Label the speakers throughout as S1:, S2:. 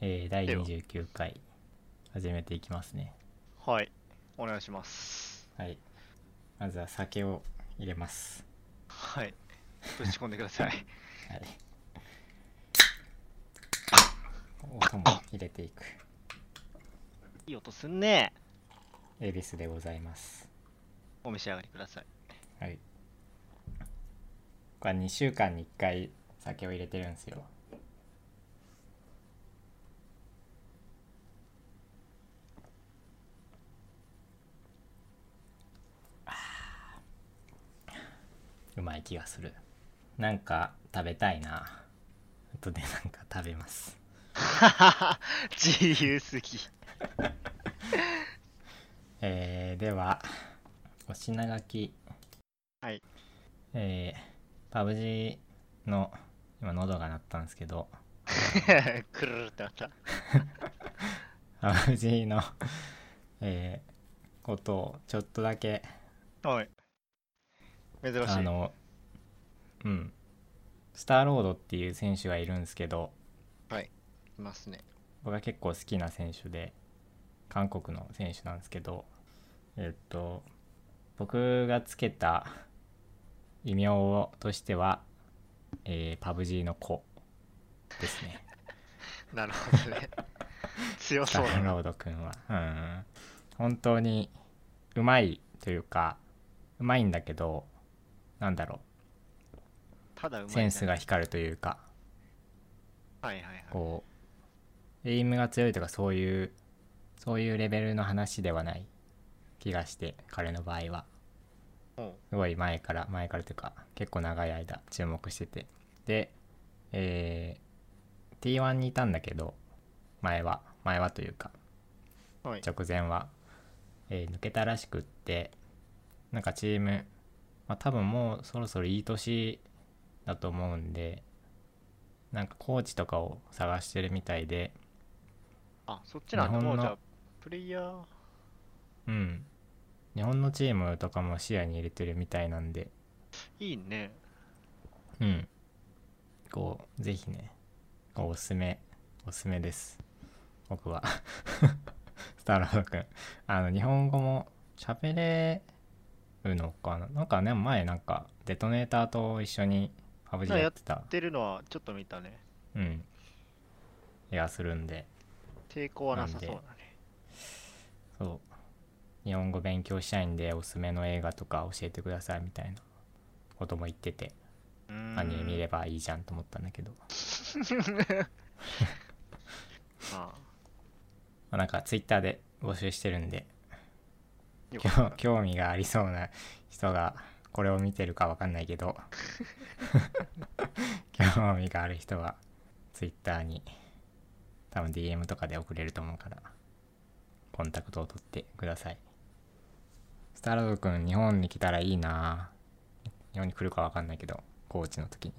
S1: えー、第
S2: では
S1: 29回始めていきますね
S2: はい。お願いします。
S1: はいまずは酒を入れます
S2: はい。ぶち込んでください。
S1: はい音も入れていく
S2: いい音すんね。
S1: 恵比寿でございます
S2: お召し上がりください。
S1: はい僕は2週間に1回酒を入れてるんですよあーうまい気がするなんか食べたいな後でなんか食べます
S2: 自由すぎ。
S1: えー、ではお品書き
S2: はい
S1: えー、パブ G の今喉が鳴ったんですけど
S2: くるるってなった。
S1: あ藤井の、えーことをちょっとだけ
S2: はい。珍しい。
S1: あのうんスターロードっていう選手がいるんですけど
S2: いますね。
S1: 僕が結構好きな選手で韓国の選手なんですけどえっと僕がつけた異名をとしては、えーパブ G の子ですね
S2: なるほど ね。強
S1: ス
S2: そ
S1: タ
S2: うだ
S1: ー
S2: な。
S1: ロードくんはうん本当にうまいというかうまいんだけどなんだろ
S2: ただ
S1: う
S2: うまい、ね。
S1: センス。が光るというか
S2: はいはいはい。
S1: こうエイムが強いとかそういうそういうレベルの話ではない気がして彼の場合は
S2: うん
S1: すごい前から前からというか結構長い間注目しててでえー T1 にいたんだけど前は前はというか
S2: はい。
S1: 直前は、えー抜けたらしくってなんかチーム、まあ、多分もうそろそろいい年だと思うんでなんかコーチとかを探してるみたいで
S2: あ、そっちなんだ。
S1: 日
S2: も
S1: 本の
S2: うじゃあ、プレイヤー。
S1: うん日本のチームとかも視野に入れてるみたいなんで
S2: いいね。
S1: うんこうぜひねこうおすすめおすすめです僕は スターロードくんあの日本語も喋れるのかななんかね前なんかデトネーターと一緒にパブジ
S2: あ
S1: やってた
S2: 出るのはちょっと見たね。
S1: うん気がするんで
S2: 抵抗はなさそうだね。
S1: そう日本語勉強したいんでおすすめの映画とか教えてくださいみたいなことも言ってて
S2: うーん
S1: アニメ見ればいいじゃんと思ったんだけど
S2: あ
S1: まあなんかツイッターで募集してるんで
S2: あよかった
S1: 興興味がありそうな人がこれを見てるかわかんないけど 興味がある人は Twitter に多分 DM とかで送れると思うからコンタクトを取ってくださいスターロードくん日本に来たらいいなぁ日本に来るかわかんないけどコーチの時に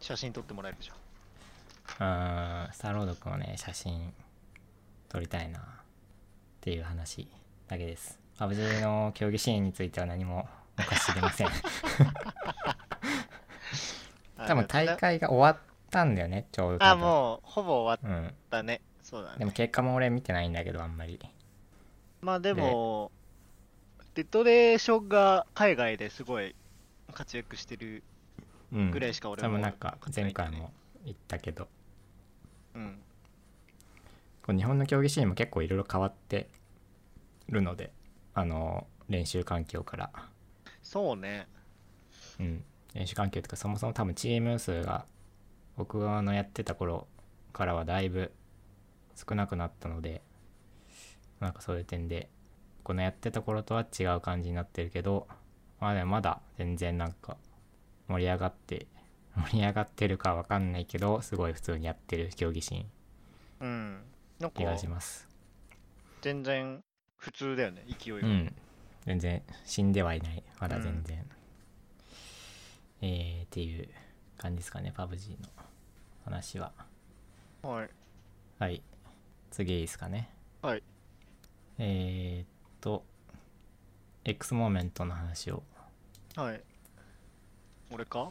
S2: 写真撮ってもらえるでしょ。
S1: うーんスターロードくんはね写真撮りたいなっていう話だけですパブ G の競技シーンについては何もおかし知りま せん多分大会が終わったんだよねちょうど
S2: あ
S1: 多分
S2: もうほぼ終わ
S1: う
S2: ったねそうだ
S1: んで
S2: ね
S1: も結果も俺見てないんだけどあんまり
S2: まあでもデトレーションが海外ですごい活躍してる
S1: うん
S2: ぐらいしか俺
S1: 多
S2: も
S1: 分なんか前回
S2: 勝
S1: も言ったけど
S2: うん
S1: こう日本の競技シーンも結構いろいろ変わってるのであの練習環境から
S2: そうね
S1: うん、練習環境とかそもそも多分チーム数が僕がのやってた頃からはだいぶ少なくなったのでなんかそういう点でこのやってた頃とは違う感じになってるけどまあでもまだ全然なんか盛り上がって盛り上がってるかわかんないけどすごい普通にやってる競技シーン
S2: うんなん
S1: 気
S2: か
S1: がします
S2: 全然普通だよね勢いが、
S1: うん全然死んではいないまだ全然、えー、っていう感じですかねパブ G の話は
S2: はい
S1: はい次いいですかね
S2: はい
S1: えー、っと X モーメントの話を
S2: はい俺か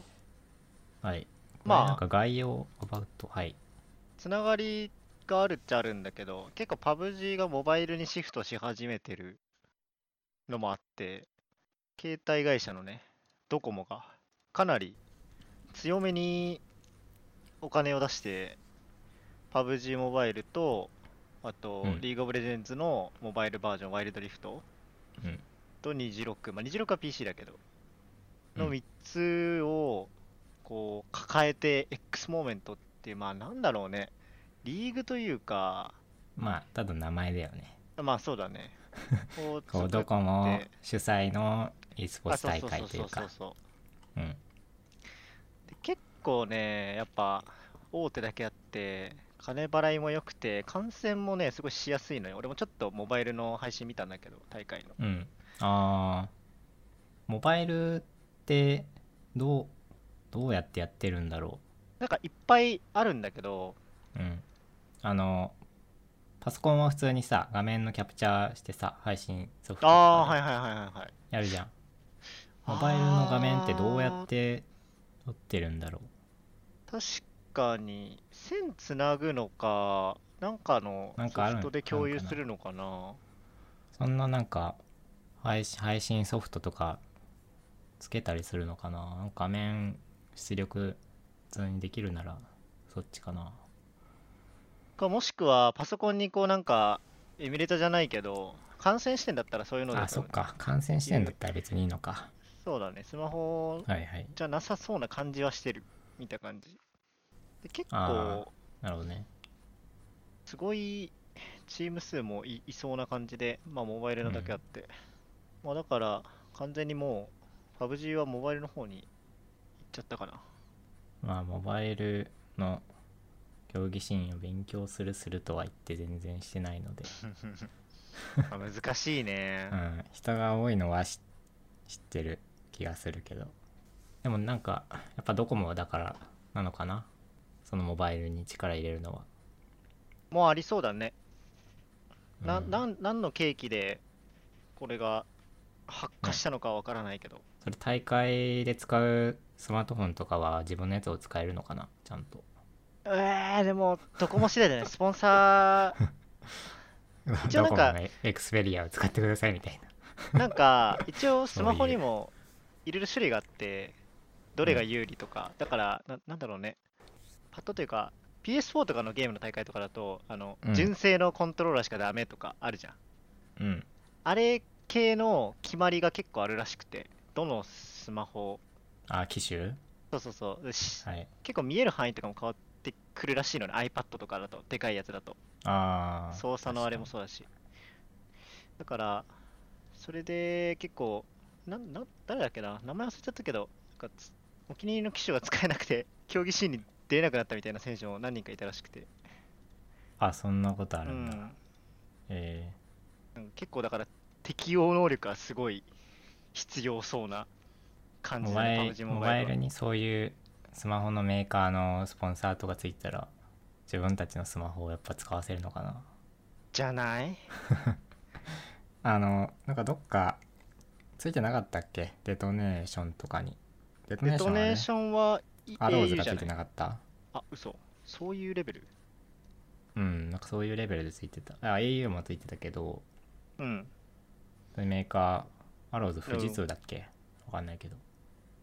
S1: はい
S2: まあ
S1: これなんか概要アバウトはい
S2: つながりがあるっちゃあるんだけど、結構パブ G がモバイルにシフトし始めてるのもあって、携帯会社のね、ドコモがかなり強めにお金を出して、パブ G モバイルと、あと
S1: う、ん
S2: リーグオブレジェンズのモバイルバージョン、ワイルドリフト
S1: うん
S2: と26、まあ、26は PC だけど、
S1: う
S2: の
S1: ん
S2: 3つをこう抱えて X モーメントっていうまあなんだろうねリーグというか
S1: まあただ名前だよね
S2: まあそう だねこ
S1: こうドコモ主催の e スポーツ大会という
S2: あ
S1: か
S2: そうそうそうそうそ
S1: う
S2: う
S1: ん
S2: で結構ねやっぱ大手だけあって金払いも良くて観戦もねすごいしやすいのよ俺もちょっとモバイルの配信見たんだけど大会の
S1: うんああモバイルってどうどうやってやってるんだろ
S2: なんかいっぱいあるんだけど
S1: ううんあのパソコンは普通にさ画面のキャプチャーしてさ配信ソフトと
S2: ああー
S1: か
S2: は
S1: で
S2: いはいはいはいはい
S1: やるじゃん、モバイルの画面ってどうやって撮ってるんだろ
S2: 確かに線つなぐのかなんかの
S1: なん
S2: ソ
S1: かある
S2: フトで共有
S1: なんかな
S2: するのかな
S1: うそんななんか配信配信ソフトとかつけたりするのかななんか画面出力普通にできるならそっちかな
S2: かもしくはパソコンにこうなんかエミュレーターじゃないけど感染してんだったらそういうので
S1: あそっか感染してんだったら別にいいのか
S2: そうだねスマホ
S1: はいはい
S2: じゃなさそうな感じはしてる見た感じで結
S1: あ
S2: 構
S1: なるほどね
S2: すごいチーム数もいいそうな感じでまあモバイルのだけあって、まあだから完全にもう PUBG はモバイルの方に行っちゃった かな
S1: まあモバイルの競技シーンを勉強するするとは言って全然してないので、
S2: まあ難しいね
S1: うん、人が多いのはし知ってる気がするけどでもなんかやっぱドコモはだからなのかなそのモバイルに力入れるのは、
S2: もうありそうだね。な、
S1: うん
S2: なん、なんの契機で、これが発火したのかわからないけど。
S1: それ大会で使うスマートフォンとかは自分のやつを使えるのかなちゃんと
S2: えー、でも、どこも次第 だね。スポンサ一応なん
S1: ド
S2: か
S1: コモのエクスペリアを使ってくださいみたいな
S2: ー、なんか、一応スマホ
S1: そうい
S2: に
S1: う
S2: もいろいろ種類があって、どれが有利とか、だから、ななんだろうね。パッとというか、PS4 とかのゲームの大会とかだと、あの、
S1: うん
S2: 純正のコントローラーしかダメとかあるじゃん。
S1: うん
S2: あれ系の決まりが結構あるらしくて、どのスマホ、
S1: あ機種
S2: そうそうそう、でし
S1: はい
S2: 結構見える範囲とかも変わってくるらしいのね iPad とかだとでかいやつだと
S1: ああ
S2: 操作のあれもそうだしだからそれで結構なんなん誰だっけな名前忘れちゃったけどなんかつお気に入りの機種が使えなくて 競技シーンに出れなくなったみたいな選手も何人かいたらしくて、
S1: あそんなことあ
S2: う
S1: るんだ、
S2: ん、
S1: え
S2: うん結構だから適応能力がすごい必要そうな
S1: ー
S2: 感
S1: モ
S2: じだ
S1: バ
S2: ね
S1: イ
S2: PUBG
S1: モ
S2: モ
S1: バ
S2: バ
S1: イ
S2: イル
S1: ル
S2: は
S1: にそういうスマホのメーカーのスポンサーとかついてたら自分たちのスマホをやっぱ使わせるのかな
S2: じゃない
S1: あのなんかどっかついてなかったっけデトネーションとかにデトネ
S2: デ
S1: ーショ
S2: ト
S1: ンは、
S2: ネー
S1: ね、
S2: ションは
S1: アローズ
S2: au
S1: がつ
S2: じゃ
S1: い
S2: な
S1: て
S2: い
S1: なかった
S2: あ嘘そういうレベル
S1: うんなんかそういうレベルでついてたあ au もついてたけど
S2: うん
S1: メーカーアローズ富士通だっけわかんないけど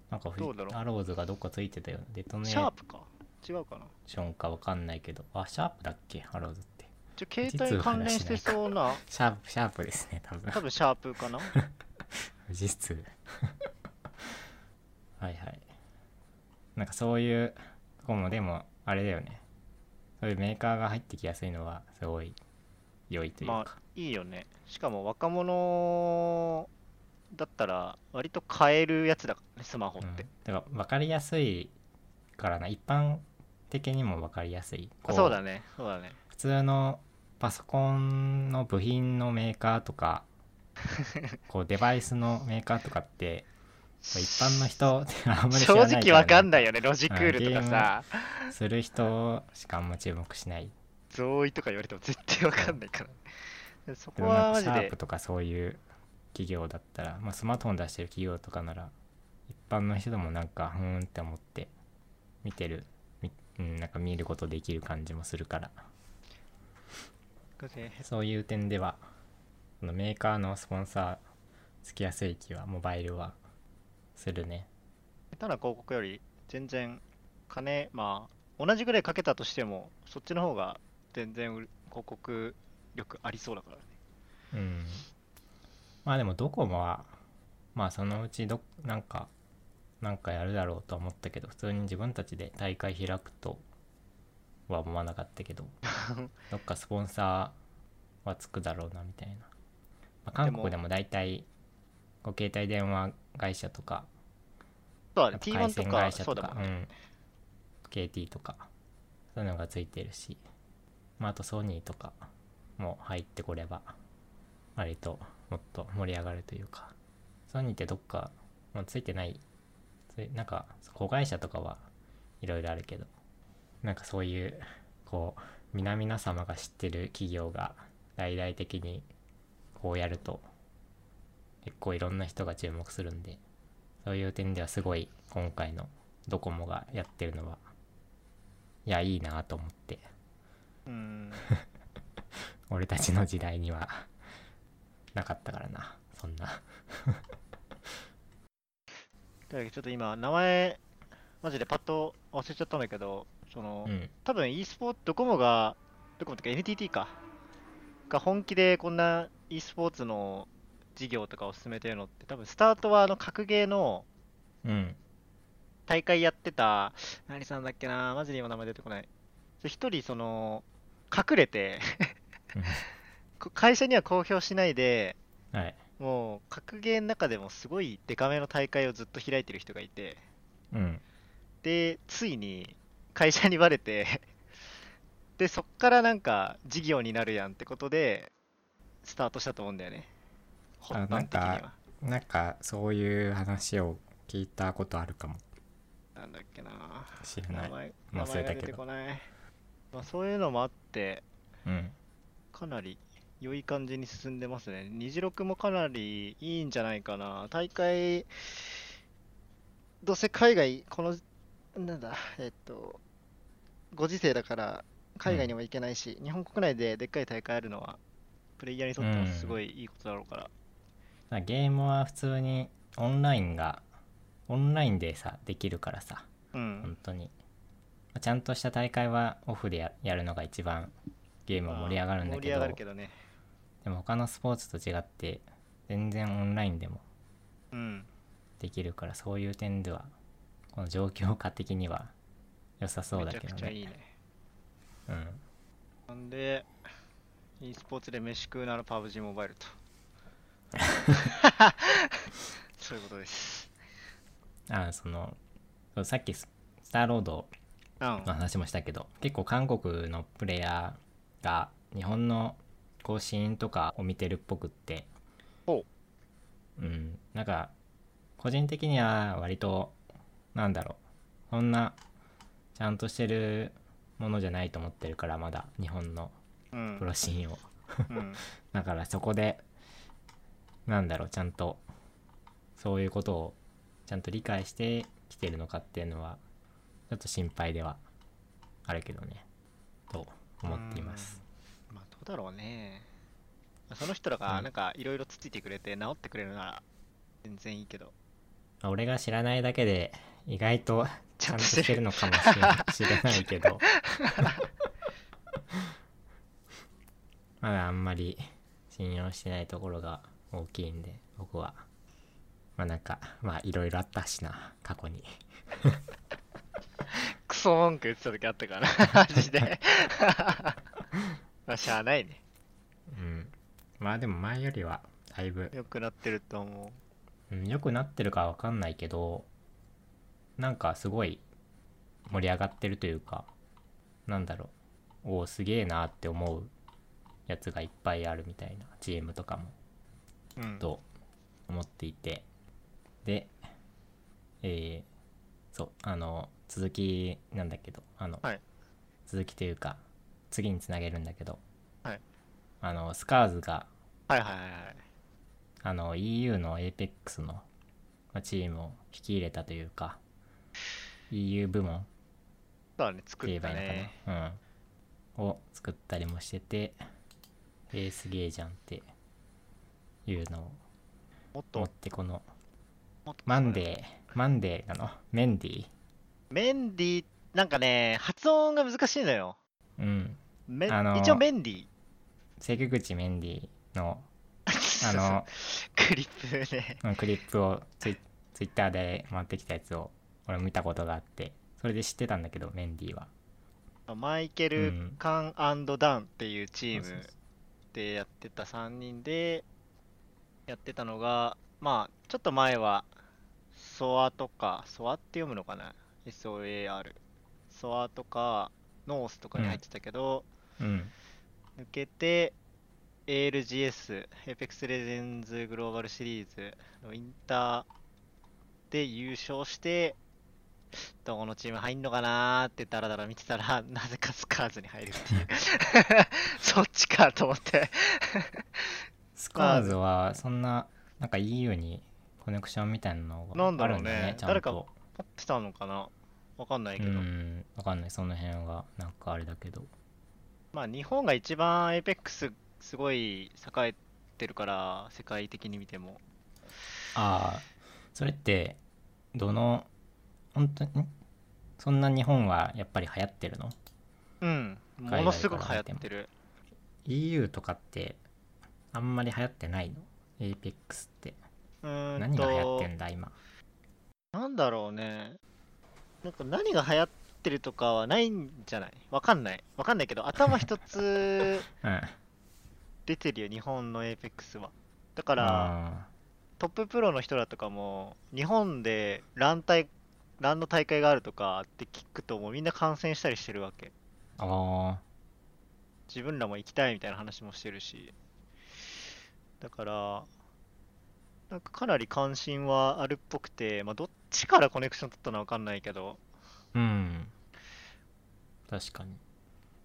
S1: なんか富
S2: どうだろう
S1: 士アローズがどっかついてたよねデトネ
S2: シャー
S1: ー
S2: プか違うかな
S1: ションかわかんないけどあシャープだっけアローズって
S2: じゃあ携帯関連してそうな、
S1: シャープ、シャープですね、多分。
S2: 多分シャープかな
S1: 実質。 はいはい。なんかそういうとこも、でも、あれだよね。そういうメーカーが入ってきやすいのは、すごい良いというか。
S2: まあいいよね。しかも若者だったら割と買えるやつだからね、スマホっ
S1: うん、だ
S2: て。
S1: から分かりやすいからな、一般的にも分かりやすい。こ
S2: あそうだね、そうだね。
S1: 普通のパソコンの部品のメーカーと か、こうデバイスのメーカーとかって、こう一般の人って あんまり知らないか
S2: 正
S1: らね
S2: 直わかんないよね、ロジクールとかさ、
S1: する人しかあんま注目しない
S2: ゾーイとか言われても絶対わかんないから。でそ
S1: け
S2: こ
S1: どな
S2: は
S1: ん
S2: マ
S1: か
S2: ジ
S1: シャー
S2: で
S1: プ、とかそういう企業だったら、まあ、スマートフォン出してる企業とかなら一般の人でもなんかふーんって思って見てるみうんなんか見ることできる感じもするから
S2: 偶然減っ
S1: そういう点ではそのメーカーのスポンサーつきやすい気はモバイルはするね
S2: 下手な広告より全然金まあ同じぐらいかけたとしてもそっちの方が全然売る広告力ありそうだからね
S1: うんまあでもドコモはまあそのうちどなんかなんかやるだろうとは思ったけど普通に自分たちで大会開くとは思わなかったけどどっかスポンサーはつくだろうなみたいな、まあ、韓国でも大体こう携帯電話会社とか
S2: そ
S1: や
S2: うだね
S1: っぱ回
S2: T1 と
S1: 線
S2: か
S1: 会社
S2: そう
S1: と
S2: だ
S1: か
S2: もんね、
S1: うん、KT とかそういうのがついてるし、まあ、あとソニーとかも入ってこれば割ともっと盛り上がるというかソニーってどっかもうついてないついなんか子会社とかはいろいろあるけどなんかそういうこう皆々様が知ってる企業が大々的にこうやると結構いろんな人が注目するんでそういう点ではすごい今回のドコモがやってるのはいやいいなと思って
S2: うん
S1: 俺たちの時代にはなかったからなそんな
S2: だけどちょっと今名前マジでパッと忘れちゃったんだけどその、
S1: うん
S2: 多分 e スポーツドコモがドコモとか NTT かが本気でこんな e スポーツの事業とかを進めてるのって多分スタートはあの格ゲーの
S1: うん
S2: 大会やってた何さんだっけなマジで今名前出てこないそう一人その隠れて こ会社には公表しないで
S1: はい
S2: もう格ゲーの中でもすごいデカめの大会をずっと開いてる人がいて
S1: うん
S2: でついに会社にバレてでそっからなんか事業になるやんってことでスタートしたと思うんだよね
S1: あ
S2: 本番的に
S1: なん
S2: は
S1: なんかそういう話を聞いたことあるかも
S2: なんだっけな
S1: しれな
S2: 名
S1: い
S2: 前
S1: 忘れ
S2: 名前
S1: た
S2: が
S1: け
S2: 出
S1: ど
S2: てこない、まあ、そういうのもあって
S1: うん
S2: かなり良い感じに進んでますね虹六もかなりいいんじゃないかな大会どうせ海外このなんだえっとご時世だから海外にも行けないし、日本国内ででっかい大会あるのはプレイヤーにとってもすごいいいことだろうから、
S1: まあゲームは普通にオンラインがオンラインでさできるからさ
S2: うん
S1: 本当にまあちゃんとした大会はオフでややるのが一番ゲームは盛り上がるんだ
S2: まあ盛り上がるけどね
S1: でも他のスポーツと違って全然オンラインでも
S2: うん
S1: できるからそういう点ではこの状況下的には良さそう
S2: め
S1: だ
S2: ちゃ
S1: け
S2: く
S1: ど
S2: ちゃい
S1: ね
S2: いね
S1: うん
S2: なんで e スポーツで飯食うなら PUBG モバイルと そういうことです
S1: あそのそうさっきススターロード
S2: うん
S1: の話もしたけど結構韓国のプレイヤーが日本の更新とかを見てるっぽくって
S2: ほ
S1: うんなんか個人的には割となんだろうそんなちゃんとしてるものじゃないと思ってるからまだ日本の
S2: うん
S1: プロシーンを
S2: うん
S1: だからそこでなんだろうちゃんとそういうことをちゃんと理解してきてるのかっていうのはちょっと心配ではあるけどねと思っています。
S2: うんまあどうだろうねまあその人らが
S1: うん
S2: なんかいろいろつついてくれて治ってくれるなら全然いいけど
S1: まあ俺が知らないだけで意外とち
S2: ち
S1: ゃ
S2: ゃ
S1: ん
S2: ん
S1: と
S2: と
S1: し
S2: してて
S1: る
S2: る
S1: のかもしれない知らないけど まだあんまり信用してないところが大きいんで僕はまあなんかまあいろいろあったしな過去に。
S2: クソ文句言ってた時あったか らマジでまあしゃあないね
S1: うん、まあでも前よりはだいぶ
S2: 良くなってると思
S1: うん良くなってるかわかんないけどなんかすごい盛り上がってるというかなんだろうおおすげえなって思うやつがいっぱいあるみたいなチームとかも
S2: ううん
S1: と思っていてでえーそうあの続きなんだけどあの、
S2: はい
S1: 続きというか次につなげるんだけど、
S2: はい
S1: あのスカーズが
S2: はいはいはいはい
S1: あの EU の APEX のまあチームを引き入れたというか EU 部門っ
S2: そうだね作
S1: て言え
S2: っ
S1: ば
S2: た
S1: いいのかな
S2: ね
S1: うん、を作ったりもしててえー、すげえじゃんっていうのを
S2: もっと
S1: 持ってこの
S2: もっと
S1: マンデーマンデーなのメンディー
S2: メンディーなんかね発音が難しいのよ
S1: うん
S2: メン
S1: あのー
S2: 一応メンディー
S1: 関口メンディー の
S2: そう
S1: あ
S2: そう
S1: の
S2: クリップね
S1: うんクリップをツイツイッターで回ってきたやつを俺見たことがあってそれで知ってたんだけどメンディーは
S2: マイケ
S1: う
S2: ル
S1: ん・
S2: カンダンっていうチー
S1: そうそう
S2: ム
S1: そう
S2: でやってた3人でやってたのがまあちょっと前はソアとかソアって読むのかな SOAR ソアとかノースとかに入ってたけど、
S1: うん
S2: 抜けて ALGS Apex Legends グローバルシリーズのインターで優勝してどこのチーム入んのかなーってダラダラ見てたら なぜかスカーズに入るっていう そっちかと思って
S1: スカーズはそんななんか EU にコネクションみたいなのが
S2: なんだ
S1: あ
S2: ろ
S1: る
S2: うんね
S1: だねちゃんと
S2: 誰かポップしたのかなわかんないうけど、
S1: んわかんないその辺はなんかあれだけど
S2: まあ日本が一番 Apex すごい栄えてるから世界的に見ても
S1: ああそれってどの本当にそんな日本はやっぱり流行ってるの
S2: うんものすごく流行ってる
S1: EU とかってあんまり流行ってないの APEX って
S2: うーん
S1: 何が流行っ
S2: と
S1: てんだ今
S2: なんだろうね。なんか何が流行ってるとかはないんじゃないわかんない。わかんないけど、頭 一つ
S1: うん
S2: 出てるよ、日本の APEX は。だから、
S1: あ
S2: トッププロの人らとかも、日本でラン大ランの大会があるとかって聞くと、もうみんな観戦したりしてるわけ。
S1: ーあ
S2: 自分らも行きたいみたいな話もしてるし。だから、なんかかなり関心はあるっぽくて、まあ、どっちからコネクション取ったのはわかんないけど、
S1: ーうん確かに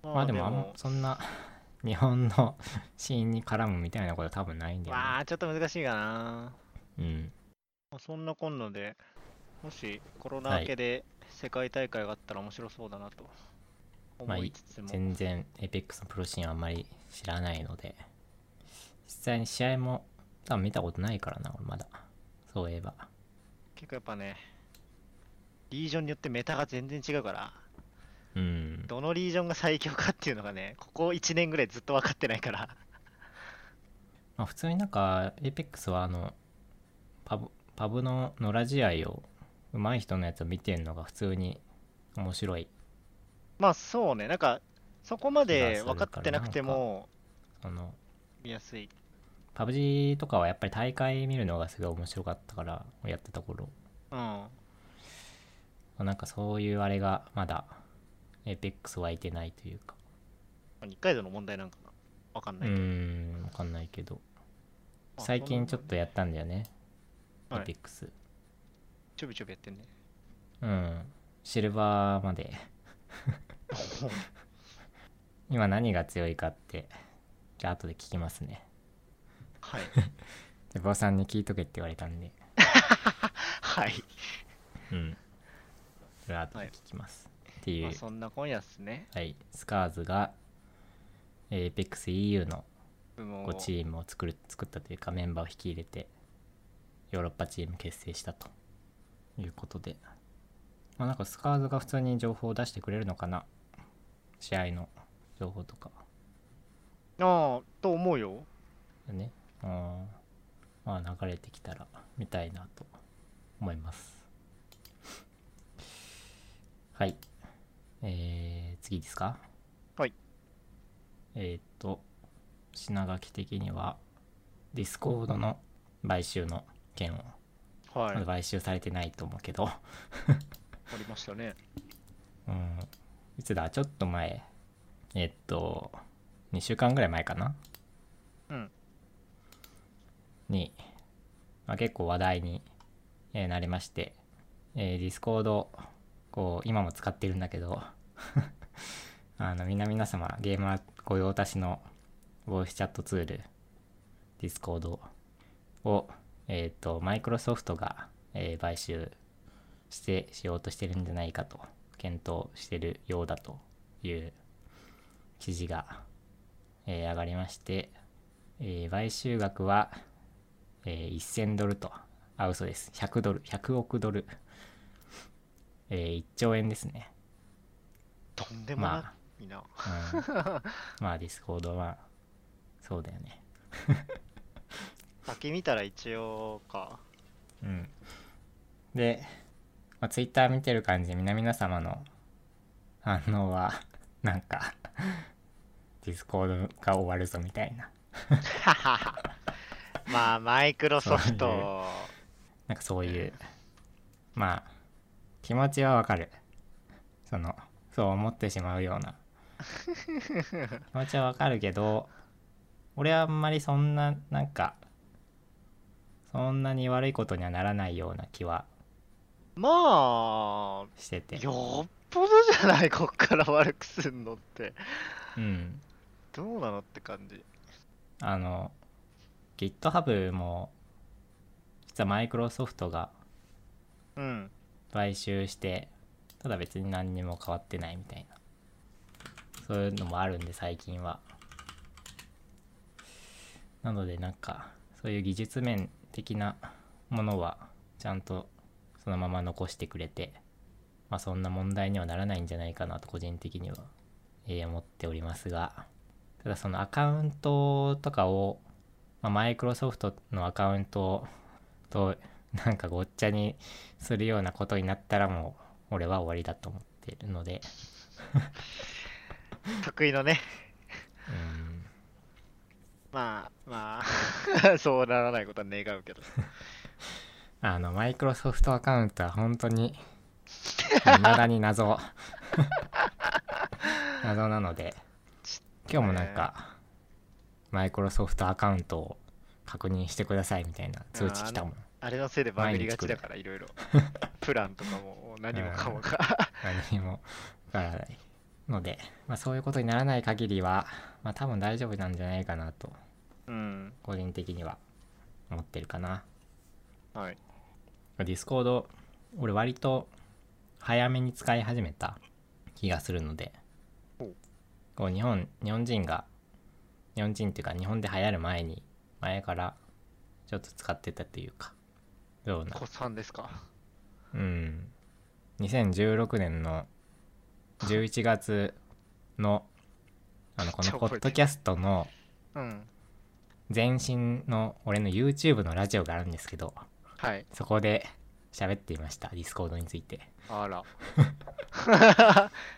S1: まあでもあんそんな 日本の シーンに絡むみたいなことは多分ないんだよね
S2: わあちょっと難しいかな、
S1: うん
S2: まあそんなこんなでもしコロ
S1: は
S2: ナ
S1: い
S2: 明けで世界大会があったら面白そうだなと
S1: まあ
S2: 思いつつも、
S1: 全然 APEX のプロシーンあんまり知らないので実際に試合も多分見たことないからな俺まだそういえば
S2: 結構やっぱねリージョンによってメタが全然違うから
S1: うん
S2: どのリージョンが最強かっていうのがねここ1年ぐらいずっと分かってないから
S1: まあ、普通になんか APEX はあのパブパブの野良試合を上手い人のやつを見てるのが普通に面白い
S2: まあそうねなんかそこま
S1: 気がする
S2: で
S1: から
S2: 分かってなくても
S1: その
S2: 見やすい
S1: PUBG とかはやっぱり大会見るのがすごい面白かったからやってた頃
S2: うん
S1: なんかそういうあれがまだ APEX 湧いてないというか
S2: 1回度の問題なんかな分かん
S1: う
S2: ないけど、
S1: ーんわかんないけど
S2: まあ
S1: 最近ちょっ
S2: そんなもん
S1: とやったんだよね
S2: はい
S1: APEX
S2: ちょびちょびやってんね
S1: うんシルバーまで今何が強いかってじゃあ後で聞きますね
S2: はい
S1: で坊さんに聞いとけって言われたんで
S2: はい
S1: うんそれは後で聞きます、っていう、
S2: まあ、そんな今夜っすね。
S1: はいスカーズが APEXEU の
S2: 部門を
S1: 5チームを作る作ったというかメンバーを引き入れてヨーロッパチーム結成したということでまあなんかスカーズが普通に情報を出してくれるのかな試合の情報とか
S2: ああ、と思うよ。
S1: ねうんまあ流れてきたら見たいなと思いますはいえー、次ですか
S2: はい
S1: えー、っと品書き的にはディスコードの買収の件を、
S2: は
S1: ま
S2: い。
S1: だ
S2: あ
S1: 買収されてないと思うけど
S2: りましたね。
S1: うんいつだちょっと前えっと2週間ぐらい前かな
S2: うん
S1: に、まあ、結構話題に、えーなりまして、えー、ディスコードこう今も使ってるんだけど あのみんな皆様ゲーマー御用達のボイスチャットツールディスコードをえっ、とマイクロソフトが、えー買収してしようとしてるんじゃないかと検討してるようだという記事がえー上がりまして、えー買収額は、えー1000ドルと、あ、嘘です。100ドル、100億ドル。えー1兆円ですね。
S2: とんでも
S1: ま
S2: ないな。
S1: あ、うん、まあ、ディスコードは、そうだよね。
S2: 先見たら一応か。
S1: うん。で、まあ、ツイッター見てる感じ、皆々様の反応は、なんか、ディスコードが終わるぞみたいな、
S2: まあ、マイクロソフ
S1: そう
S2: ト、
S1: なんかそういう、まあ、気持ちはわかる。その、そう思ってしまうよう な。気持ちはわかるけど、俺はあんまりそんな、なんか、そんなに悪いことにはならないような気は
S2: まあ、
S1: してて。
S2: よっぽどじゃない、こっから悪くすんのって。
S1: うん。
S2: どうなのって感じ。
S1: あの GitHub も実はマイクロソフトが
S2: うん。
S1: 買収してただ別に何にも変わってないみたいなそういうのもあるんで最近はなのでなんかそういう技術面的なものはちゃんとそのまま残してくれてまあそんな問題にはならないんじゃないかなと個人的には、えー思っておりますがただそのアカウントとかをまあマイクロソフトのアカウントとなんかごっちゃにするようなことになったらもう俺は終わりだと思ってるので
S2: 得意のね。
S1: うん
S2: まあ、まあ、 そうならないことは願うけど。
S1: あのマイクロソフトアカウントは本当に未だに謎 謎なので今日もなんかマイクロソフトアカウントを確認してくださいみたいな通知来たもん
S2: あれのせいでバグりがちだから、いろいろ。プランとかも何もかもが。
S1: 何もわからないので、まあ、そういうことにならない限りは、まあ、多分大丈夫なんじゃないかなと
S2: うん。
S1: 個人的には思ってるかな
S2: はい。
S1: ディスコード俺割と早めに使い始めた気がするので
S2: ほう
S1: こう日本日本人が日本人っていうか日本で流行る前に前からちょっと使ってたというかような
S2: 子さんですか。
S1: うん2016年の11月のあのこ
S2: めっち
S1: の
S2: ゃ
S1: ポ
S2: 覚えてる
S1: ッドキャストの
S2: うん。
S1: 前身の俺の YouTube のラジオがあるんですけど
S2: はい。
S1: そこで喋っていましたディスコードについて
S2: あ ら。あ
S1: チ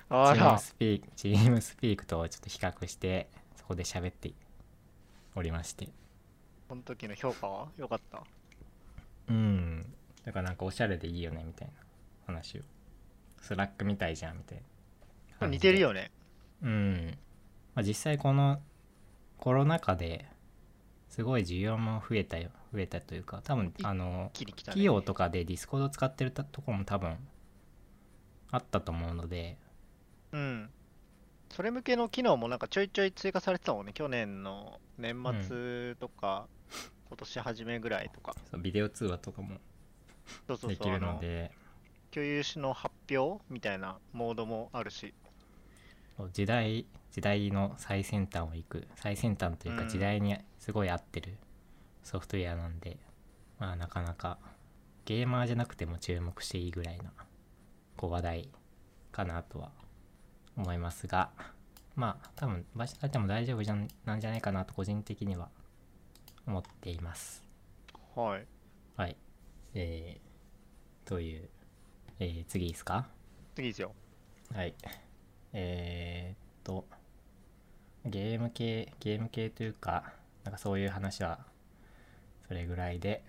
S1: ーム
S2: ら。
S1: スピークチームスピークとちょっと比較してそこで喋っておりまして
S2: この時の評価は良かった。
S1: うんだからなんかおしゃれでいいよねみたいな話をスラックみたいじゃんみたいな
S2: 似てる
S1: よ
S2: よね。
S1: うん、まあ、実際このコロナ禍ですごい需要も増えたよ増えたというか多分あの
S2: 一気に来たね。
S1: 企業とかでディスコード使ってるたところも多分あったと思うので
S2: うん。それ向けの機能もなんかちょいちょい追加されてたもんね。去年の年末とか、今年初めぐらいとか。
S1: そうビデオ通話とかも
S2: そうそう
S1: で
S2: そ
S1: き
S2: う。あ
S1: るの
S2: の
S1: で
S2: 共有しの発表みたいなモードもあるし。
S1: そう時代時代の最先端を行く最先端という
S2: う
S1: か
S2: ん
S1: 時代にすごい合ってるソフトウェアなんで、まあなかなかゲーマーじゃなくても注目していいぐらいなこう話題かなとは思いますがまあ多分場所変えても大丈夫じゃんなんじゃないかなと個人的には思っています
S2: はい。
S1: はいえー、という、えー次いいですか
S2: 次ですよ。
S1: はい。えー、っと、ゲーム系、ゲーム系というか、なんかそういう話は、それぐらいで、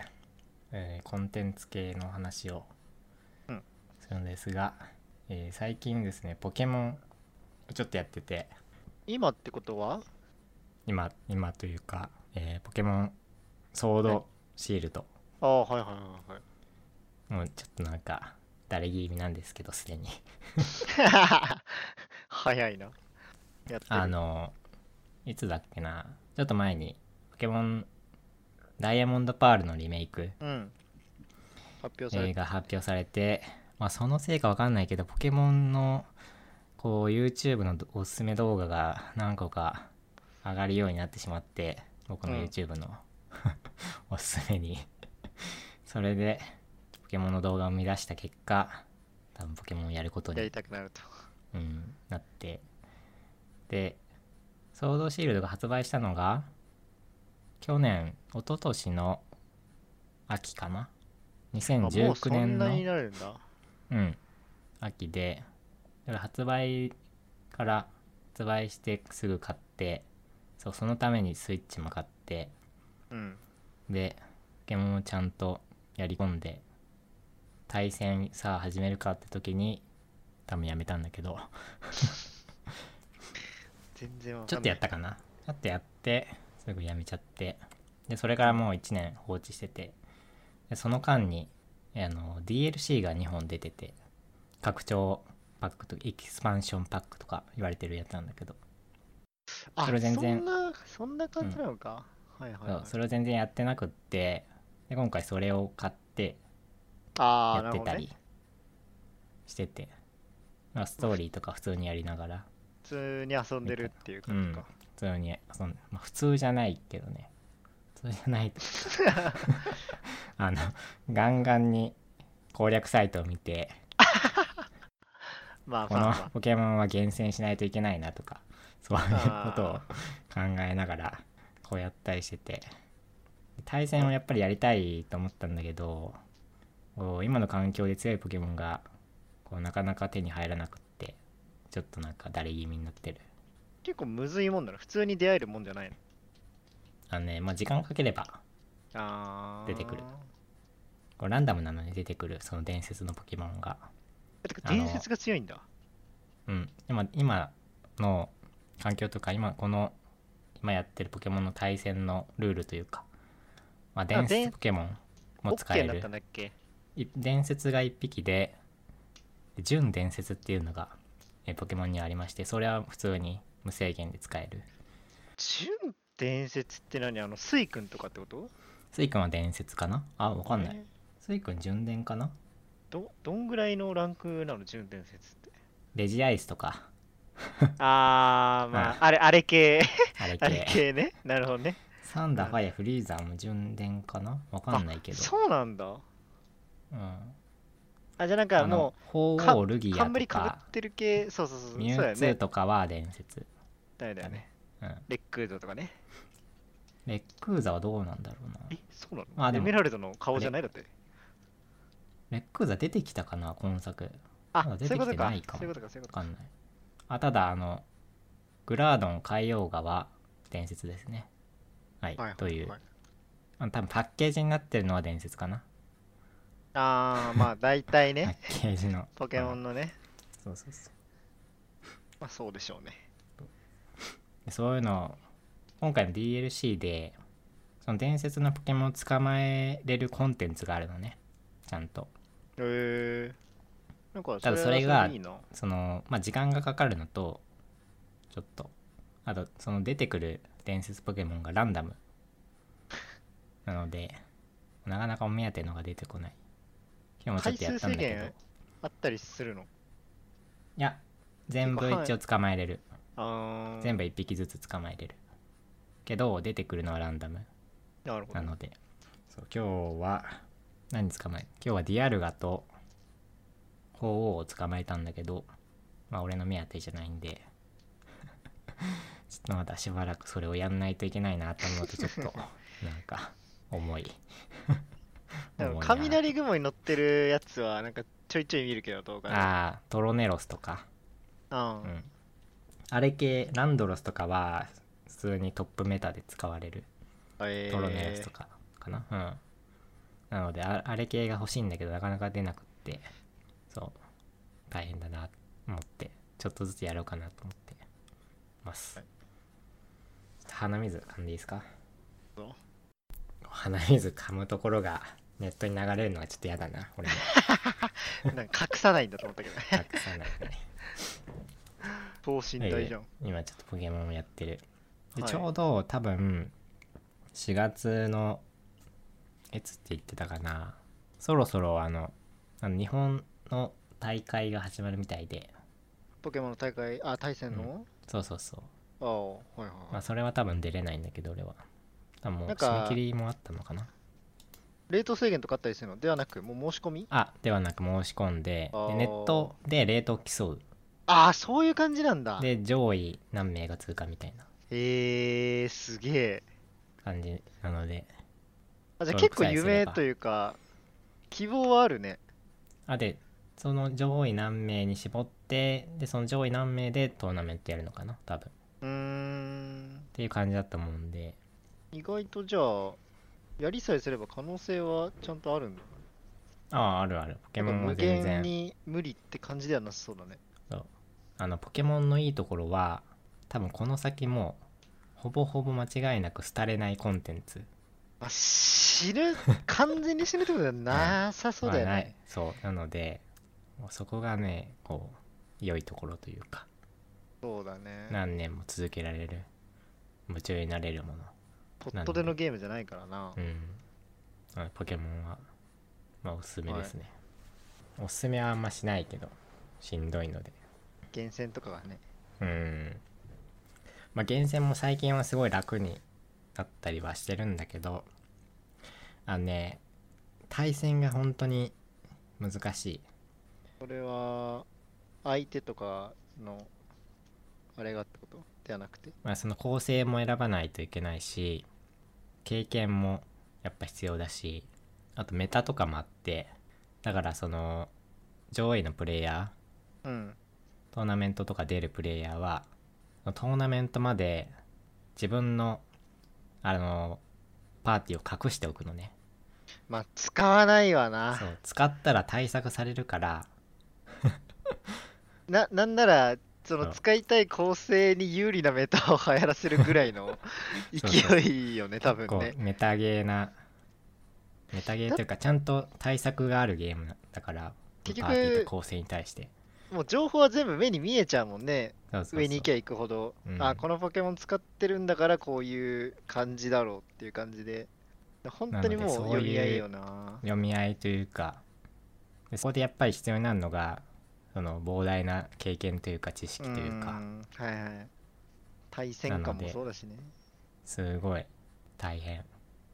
S1: えーコンテンツ系の話を
S2: うん
S1: するんですが、えー最近ですね、ポケモンをちょっとやってて、
S2: 今ってことは
S1: 今、今というか、えーポケモンソー
S2: はい
S1: ドシールド、
S2: ああ、はいはいはいはい。
S1: もうちょっとなんか、誰気味なんですけど、すでに。
S2: 早いな。やってる
S1: あのいつだっけなちょっと前にポケモンダイヤモンドパールのリメイク
S2: うん。発表さ
S1: えー
S2: れた。
S1: が発表されて、まあ、そのせいかわかんないけどポケモンのこう YouTube のどおすすめ動画が何個か上がるようになってしまって僕の
S2: うん
S1: YouTube の、 おすすめにそれでポケモンの動画を生み出した結果多分ポケモンをやること
S2: やり
S1: に、
S2: たくなると。
S1: うん、なってでソードシールドが発売したのが去年一昨年の秋かな
S2: あもう
S1: 2019
S2: そ
S1: 年
S2: ん
S1: の
S2: なになるんだ。
S1: うん秋でだから発売から発売してすぐ買ってそうそのためにスイッチも買って
S2: うん。
S1: でポケモンをちゃんとやり込んで対戦さあ始めるかって時に多分やめたんだけど
S2: 全然わ
S1: ち
S2: か
S1: ょっと
S2: んな
S1: や
S2: い
S1: っ。たかなちょっとやってすぐやめちゃってでそれからもう1年放置しててでその間にあの DLC が2本出てて拡張パックとエキスパンションパックとか言われてるやつなんだけど、
S2: あ
S1: それ全然
S2: そんな、そんな感じなのか。はいはい、はい
S1: そうそれを全然やってなくってで今回それを買って
S2: ああ、
S1: や
S2: な
S1: っ
S2: る
S1: て
S2: ほど、
S1: た
S2: ね
S1: り。してて、まあ、ストーリーとか普通にやりながら
S2: 普通に遊んでるっていう感じか。
S1: 普通に遊んまあ、普通じゃないけどね普通じゃない とあのガンガンに攻略サイトを見て
S2: まあ
S1: こ
S2: まあ
S1: の
S2: まあ。
S1: ポケモンは厳選しないといけないなとかそういう
S2: あー
S1: ことを考えながらこうやったりしてて対戦をやっぱりやりたいと思ったんだけどこう今の環境で強いポケモンがこうなかなか手に入らなくってちょっとなんか誰気味になってる
S2: 結構むずいもんだなの。普通に出会えるもんじゃないの。
S1: あのねまあ時間をかければ
S2: あー
S1: 出てくるこうランダムなのに出てくるその伝説のポケモンが、
S2: えてか伝説が強いんだ。
S1: うん、今今の環境とか今この今やってるポケモンの対戦のルールというか、まあ、伝説
S2: 伝
S1: ポケモン
S2: オ
S1: も
S2: ッ
S1: 使
S2: ケ
S1: え
S2: ーになった
S1: る
S2: んだっけ
S1: い伝説が1匹でで純伝説っていうのがえポケモンにはありましてそれは普通に無制限で使える
S2: 純伝説って何あの、スイ君とかってこと
S1: スイ君は伝説かなあわかんな
S2: え
S1: い
S2: ー
S1: スイ君純伝かな
S2: ど、どんぐらいのランクなの純伝説って。
S1: レジアイスとか
S2: あー、まあ、あれ、あれ系。
S1: あれ
S2: あれ
S1: 系
S2: 系ね。なるほどね。
S1: サンダーファイアフリーザーも純伝かなわかんないけど
S2: そうなんだ。
S1: うん
S2: あ、じゃあなんかも
S1: う鳳凰ルギ
S2: う、
S1: アと
S2: 冠かぶ
S1: か
S2: ってる系、そうそうそうそう、
S1: ミュ
S2: そうだ
S1: ウ
S2: よ
S1: ツー
S2: ね。
S1: とかは伝説
S2: だよ
S1: だ
S2: ねだよ
S1: ね
S2: ね。
S1: うん
S2: レックードとかね。
S1: レックウザはどうなんだろうな
S2: え、そうなの、
S1: まあで
S2: エ
S1: も
S2: メラルドの顔じゃないだって。
S1: レックウザ出てきたかな今作
S2: あ、
S1: ま
S2: そう
S1: だ
S2: いうことか
S1: 出てきてない。かも
S2: そういうことか、そうい
S1: わ
S2: うことか。
S1: かんないあただあのグラードン海洋画は伝説ですねはい、
S2: はいはい
S1: という、
S2: はい
S1: あ多分パッケージになってるのは伝説かな
S2: あー、ま あ大体
S1: パッ
S2: ね、
S1: ケージの
S2: ポケモン
S1: うん
S2: のね、
S1: そうそうそう
S2: まあそうでしょうね。
S1: でそういうのを今回の DLC でその伝説のポケモンを捕まえれるコンテンツがあるのねちゃんと
S2: へえー。なんか、
S1: ただ
S2: は
S1: それが
S2: いいな。
S1: そのまあ時間がかかるのとちょっとあとその出てくる伝説ポケモンがランダムなのでなかなかお目当てのが出てこない今日もちょっとやったんだけ
S2: 回数
S1: ど
S2: 制限
S1: い
S2: あったりするの。
S1: や全部
S2: 結構
S1: 一応捕まえれる
S2: あー、
S1: 全部1匹ずつ捕まえれるけど出てくるのはランダム
S2: なるほど
S1: な。のでそう今日は何捕まえ今日はディアルガと鳳凰を捕まえたんだけどまあ俺の目当てじゃないんで ちょっとまだしばらくそれをやんないといけないなと思うとちょっと なんか重 い
S2: でも
S1: 重いな
S2: 雷雲に乗ってるやつは、なんかちょいちょい見るけど、動画で。
S1: ああトロネロスとか、
S2: あ
S1: うん、あれ系ランドロスとかは普通にトップメタで使われる
S2: えー、
S1: トロのやつとかかな、うんなのでああれ系が欲しいんだけどなかなか出なくってそう大変だなと思ってちょっとずつやろうかなと思ってます、
S2: はい
S1: ちょっと鼻水噛んでいいですか
S2: どうぞ
S1: 鼻水噛むところがネットに流れるのはちょっと嫌だな俺も
S2: なんか隠さないんだと思ったけ どね。
S1: 隠さないでね
S2: 等身大じゃん。
S1: 今ちょっとポケモンをやってるで、
S2: はい
S1: ちょうど多分4月のいつって言ってたかなそろそろあのあの日本の大会が始まるみたいで
S2: ポケモンの大会、あ、対戦の、
S1: そうそうそう
S2: ああ、はいはい
S1: ま
S2: は
S1: あ、
S2: い。
S1: それは多分出れないんだけど俺は多分もう
S2: なんか
S1: 締め切りもあったのかな
S2: 冷凍制限とかあったりするのではなく、もう申し込み
S1: あではなく申し込んで
S2: あー
S1: でネットでレートを競う
S2: ああ、そういう感じなんだ。
S1: で上位何名が通過みたいな
S2: ええー、すげえ。
S1: 感じなので
S2: あじゃあ
S1: 登録
S2: 結
S1: さ
S2: 構
S1: えすれ
S2: 夢
S1: ば
S2: というか、希望はあるね。
S1: あでその上位何名に絞ってでその上位何名でトーナメントやるのかな多分っ
S2: うーん。
S1: ていう感じだったもんで
S2: 意外とじゃあ、やりさえすれば可能性はちゃんとあるんだ。
S1: あああるあるポケモン
S2: なんか
S1: は
S2: 無
S1: 全
S2: 限
S1: 然
S2: に無理って感じではなさそうだね。
S1: あのポケモンのいいところは多分この先もほぼほぼ間違いなく廃れないコンテンツ
S2: あ死ぬ、完全に死ぬってことではなさそうだ よ
S1: まあな
S2: ね。
S1: いそうなのでもうそこがねこう良いところというか
S2: そうだね。
S1: 何年も続けられる夢中になれるもの
S2: ポットでのゲームじゃないからな。
S1: うんなのでポケモンはまあおすすめですね、おすすめはあんましないけどしんどいので
S2: 厳選とかがね。
S1: うんまあ厳選も最近はすごい楽になったりはしてるんだけどあのね対戦が本当に難しい
S2: それは、相手とかの、あれがってことではなくて。
S1: まあ、その構成も選ばないといけないし経験もやっぱ必要だしあとメタとかもあってだからその上位のプレイヤ
S2: うん。
S1: ートーナメントとか出るプレイヤーはトーナメントまで自分のあのパーティーを隠しておくのね
S2: まあ、使わないわな
S1: そ。う使ったら対策されるから
S2: な、なんなら、そ
S1: そ
S2: の
S1: う
S2: 使いたい構成に有利なメタを流行らせるぐら いの
S1: そうそう
S2: 勢いよね、多分
S1: こ
S2: ね
S1: う。メタゲーなメタゲーというかちゃんと対策があるゲームなだから
S2: 結
S1: パー
S2: 局
S1: ティーと構成に対して
S2: もう情報は全部目に見えちゃうもんね。
S1: そうそうそう
S2: 上に行けば行くほど、
S1: うん
S2: あこのポケモン使ってるんだからこういう感じだろうっていう感じで本当にもう
S1: なのでそういう
S2: 読み合いよな
S1: 読み合いというかでそこでやっぱり必要になるのがその膨大な経験というか知識というか
S2: んはいはい対戦
S1: な
S2: 感
S1: ので
S2: もそうだしね
S1: すごい大変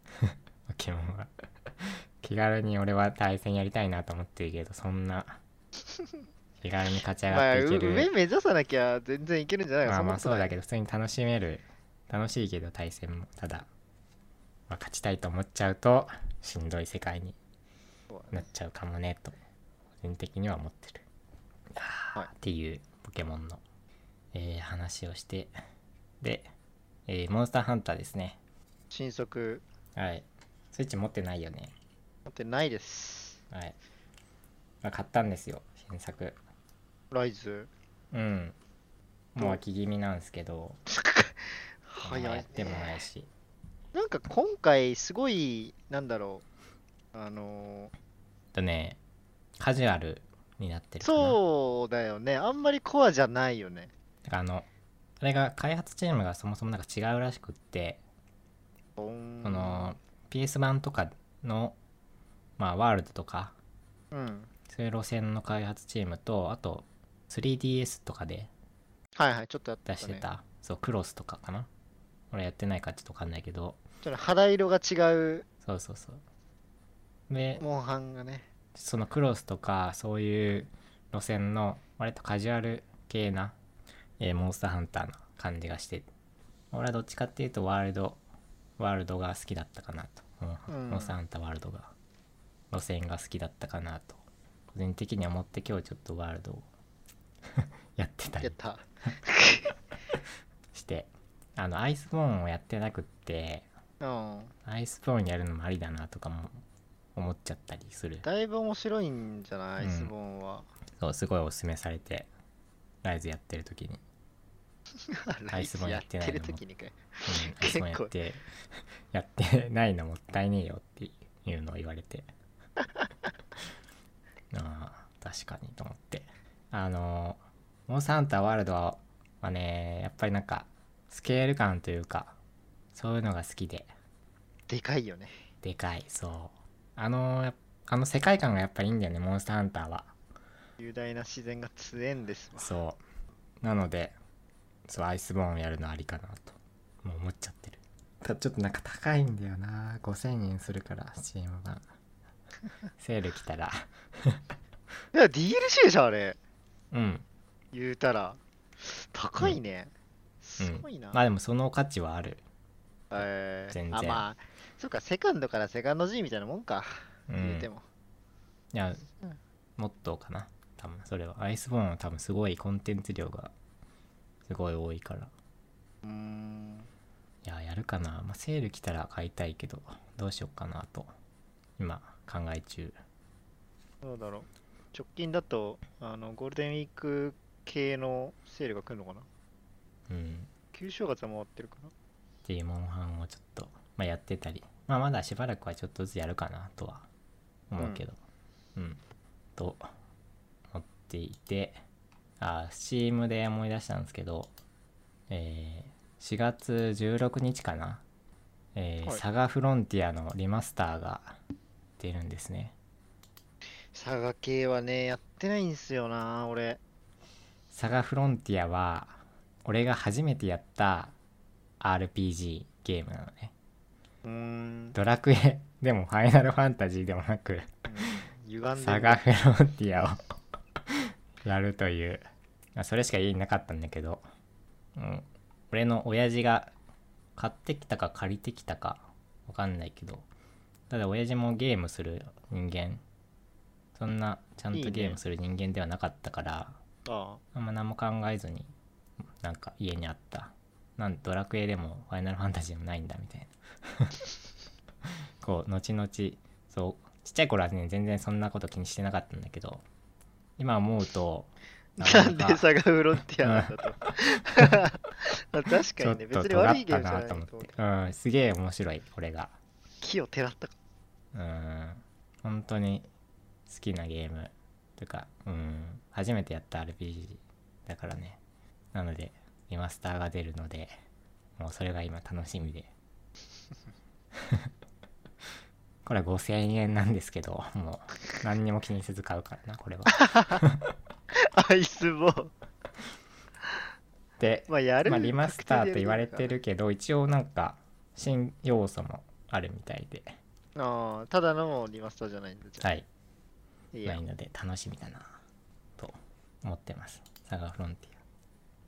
S1: ポケモンは気軽に俺は対戦やりたいなと思ってるけどそんな気軽に勝ち上
S2: ま
S1: が
S2: あ
S1: っていけ
S2: う上
S1: る
S2: 目指さなきゃ全然いけるんじゃないの
S1: まあ
S2: んな
S1: まあ
S2: こ
S1: そ
S2: と
S1: う
S2: な
S1: だ
S2: い
S1: けど普通に楽しめる楽しいけど対戦もただ、まあ、勝ちたいと思っちゃうとしんどい世界に
S2: そうだ
S1: な
S2: ね
S1: っちゃうかもねと個人的には思ってる、あー
S2: はい
S1: っていうポケモンの、えー話をしてで、えーモンスターハンターですね
S2: 新速
S1: はいスイッチ持ってないよね
S2: 持ってないです
S1: はい、まあ買ったんですよ新作
S2: ライズ
S1: うん
S2: ど
S1: もう
S2: う
S1: 飽き気味なんですけど
S2: 早い
S1: まあや
S2: ね
S1: ってもないし
S2: なんか今回すごいなんだろうあの
S1: あとねカジュアルになってるかな
S2: そうだよねあんまりコアじゃないよね
S1: だからあのあれが開発チームがそもそもなんか違うらしくって
S2: ボーン
S1: その PS 版とかの、まあ、ワールドとか
S2: うん
S1: そういう路線の開発チームとあと 3DS とかで
S2: はいはいちょっとやって
S1: 出して
S2: ね
S1: た、そうクロスとかかな俺やってないからちょっと分かんないけど
S2: ちょっと肌色が違う
S1: そうそうそうで
S2: モンハンがね。
S1: そのクロスとかそういう路線の割とカジュアル系な、えーモンスターハンターな感じがして俺はどっちかっていうとワールドワールドが好きだったかなと、うん
S2: うん
S1: モンスターハンターワールドが路線が好きだったかなと個人的には思って今日ちょっとワールドを やってた
S2: やっ
S1: り
S2: た。
S1: してあのアイスボーンをやってなくって
S2: うん。
S1: アイスボーンやるのもありだなとかも思っちゃったりする
S2: だいぶ面白いんじゃない、
S1: うん
S2: アイスボーンは。
S1: そうすごいおすすめされてライズやってる時に、うん、 アイスボーンやってないのも
S2: やってる時にかい。
S1: アイスボーンやってやって ないのもったいねえよっていうのを言われて ああ確かにと思ってあのモンスターハンターワールドはねやっぱりなんかスケール感というかそういうのが好きで
S2: でかいよね。
S1: でかいそうあのやあの世界観がやっぱりいいんだよねモンスターハンターは
S2: 雄大な自然が強えんですわ。
S1: そうなのでそうアイスボーンやるのありかなともう思っちゃってるただちょっとなんか高いんだよな5000円するから Steam 版セール来たら
S2: いや、DLC でしょ、あれ。
S1: うん
S2: 言うたら。高いね。すごいな。
S1: まあでもその価値はある
S2: えー
S1: 全然
S2: あ、まあ、そっか、セカンドからセカンド G みたいなもんか。
S1: う
S2: 言
S1: ん
S2: うても。
S1: いや
S2: うん
S1: もっとかな多分それはアイスボーンは多分すごいコンテンツ量がすごい多いから
S2: うーん。
S1: いややるかな、まあ、セール来たら買いたいけどどうしようかなと今考え中
S2: どうだろう。直近だと、あの、ゴールデンウィーク系のセールが来るのかな
S1: うん
S2: 旧正月は回ってるかな
S1: っていうモンハンをちょっと、まあ、やってたり、まあ、まだしばらくはちょっとずつやるかなとは思うけどうん、と思っていてあ Steam で思い出したんですけど、えー4月16日かな、えー
S2: はい
S1: サガフロンティアのリマスターが出るんですね
S2: 佐賀系はね、やってないんすよな、俺。
S1: サガフロンティアは俺が初めてやった RPG ゲームなのね
S2: うーん。
S1: ドラクエ でもファイナルファンタジーでもなく
S2: 歪んでる
S1: サガフロンティアをやるというあそれしか言いなかったんだけど、うん、俺の親父が買ってきたか借りてきたかわかんないけどただ親父もゲームする人間そんなちゃん
S2: いい
S1: と
S2: ね
S1: ゲームする人間ではなかったから
S2: あ
S1: あんま何も考えずになんか家にあったなんドラクエでもファイナルファンタジーでもないんだみたいな こう後々そうちっちゃい頃はね全然そんなこと気にしてなかったんだけど今思うと
S2: あ。なんで
S1: か
S2: 佐賀フロンティアなんだ と。まあ確
S1: ちょ
S2: か
S1: っ
S2: にね、別
S1: と
S2: に
S1: 尖
S2: 悪い
S1: っ
S2: ゲ
S1: た
S2: ームじゃ
S1: な
S2: ない
S1: と
S2: と
S1: 思
S2: 思
S1: っ
S2: う
S1: てうんすげえ面白いこれが
S2: 木をてらったか。
S1: うん本当に好きなゲームというかうん初めてやった RPG だからねなのでリマスターが出るのでもうそれが今楽しみで これは5000円なんですけどもう何にも気にせず買うからなこれは
S2: アイスボーン。
S1: で、
S2: まあやる、
S1: まあ、リマスターと言われ
S2: 確定
S1: て
S2: でや
S1: るけど一応なんか新要素もあるみたいで
S2: るから。ああ、ただのリマスターじゃないんだじゃ
S1: はい
S2: あ。いいや
S1: ないので楽しみだなと思ってますサガフロンティア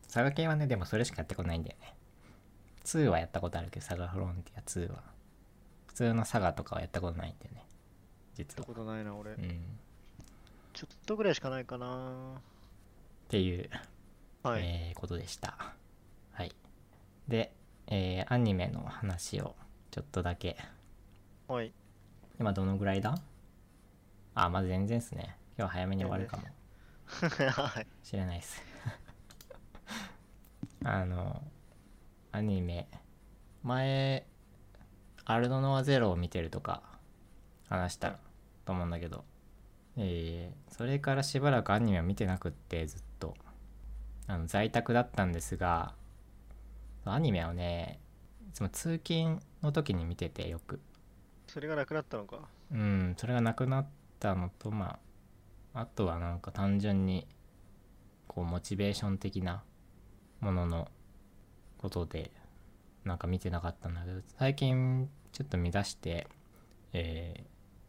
S1: サガ系はねでもそれしかやってこないんだよね2はやったことあるけどサガフロンティア2は普通のサガとかはやったことないんだよね実
S2: やった
S1: は
S2: ことないな、俺
S1: う。んっ
S2: ちょっとぐらいしかないかな。
S1: ていう、
S2: はい。
S1: えーことでしたはいで、えーアニメの話をちょっとだけ
S2: はい。
S1: 今どのぐらいだあまだ全然ですね今日は早めに終わるかも
S2: はい。
S1: 知らないです あのアニメ前「アルドノアゼロ」を見てるとか話したと思うんだけど、えーそれからしばらくアニメを見てなくってずっとあの在宅だったんですがアニメをねいつも通勤の時に見ててよく
S2: それがなくなったのか。
S1: うんそれがなくなったのとまああとはなんか単純にこうモチベーション的なもののことでなんか見てなかったんだけど最近ちょっと見出して「えー、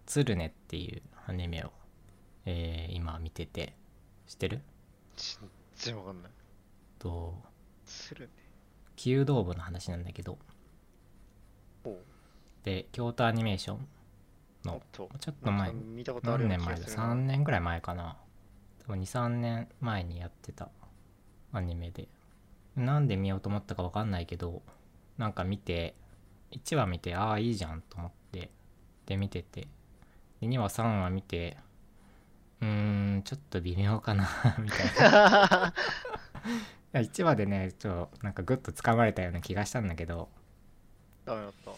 S1: ツルネ」っていうアニメを、えー今見てて知ってる
S2: ちっちゃわかんない。
S1: と
S2: するね。
S1: 奇遇動部の話なんだけど
S2: ほ
S1: で京都アニメーション
S2: う。
S1: の
S2: おっと。
S1: ちょっと
S2: なん
S1: 前
S2: か見たことある
S1: 何
S2: ような
S1: 年
S2: 気
S1: 前
S2: が
S1: だ
S2: するな。
S1: 3年ぐらい前かな多分23年前にやってたアニメでなんで見ようと思ったか分かんないけどなんか見て1話見てああいいじゃんと思ってで見ててで2話3話見てうーんちょっと微妙かなみたい な1話でねちょっとなんかグッとつかまれたような気がしたんだけど
S2: ダメだった。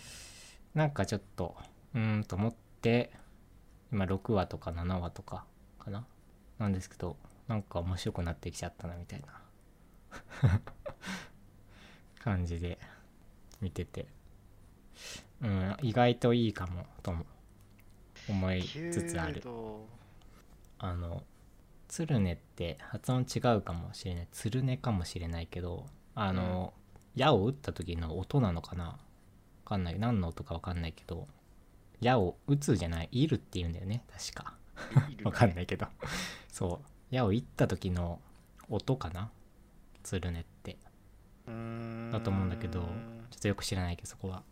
S1: なんかちょっとうーんと思って今6話とか7話とかかななんですけどなんか面白くなってきちゃったなみたいな 感じで見ててうん意外といいかもとも思いつつあ
S2: け
S1: る
S2: ど
S1: あの「つるね」って発音違うかもしれない「つるね」かもしれないけどあの、矢を打った時の音なのかなわかんない何の音かわかんないけど矢を打つじゃない射るって言うんだよね確か
S2: いる
S1: わかんないけど そう矢を射った時の音かな鶴ねって
S2: うーん
S1: だと思うんだけどちょっとよく知らないけどそこは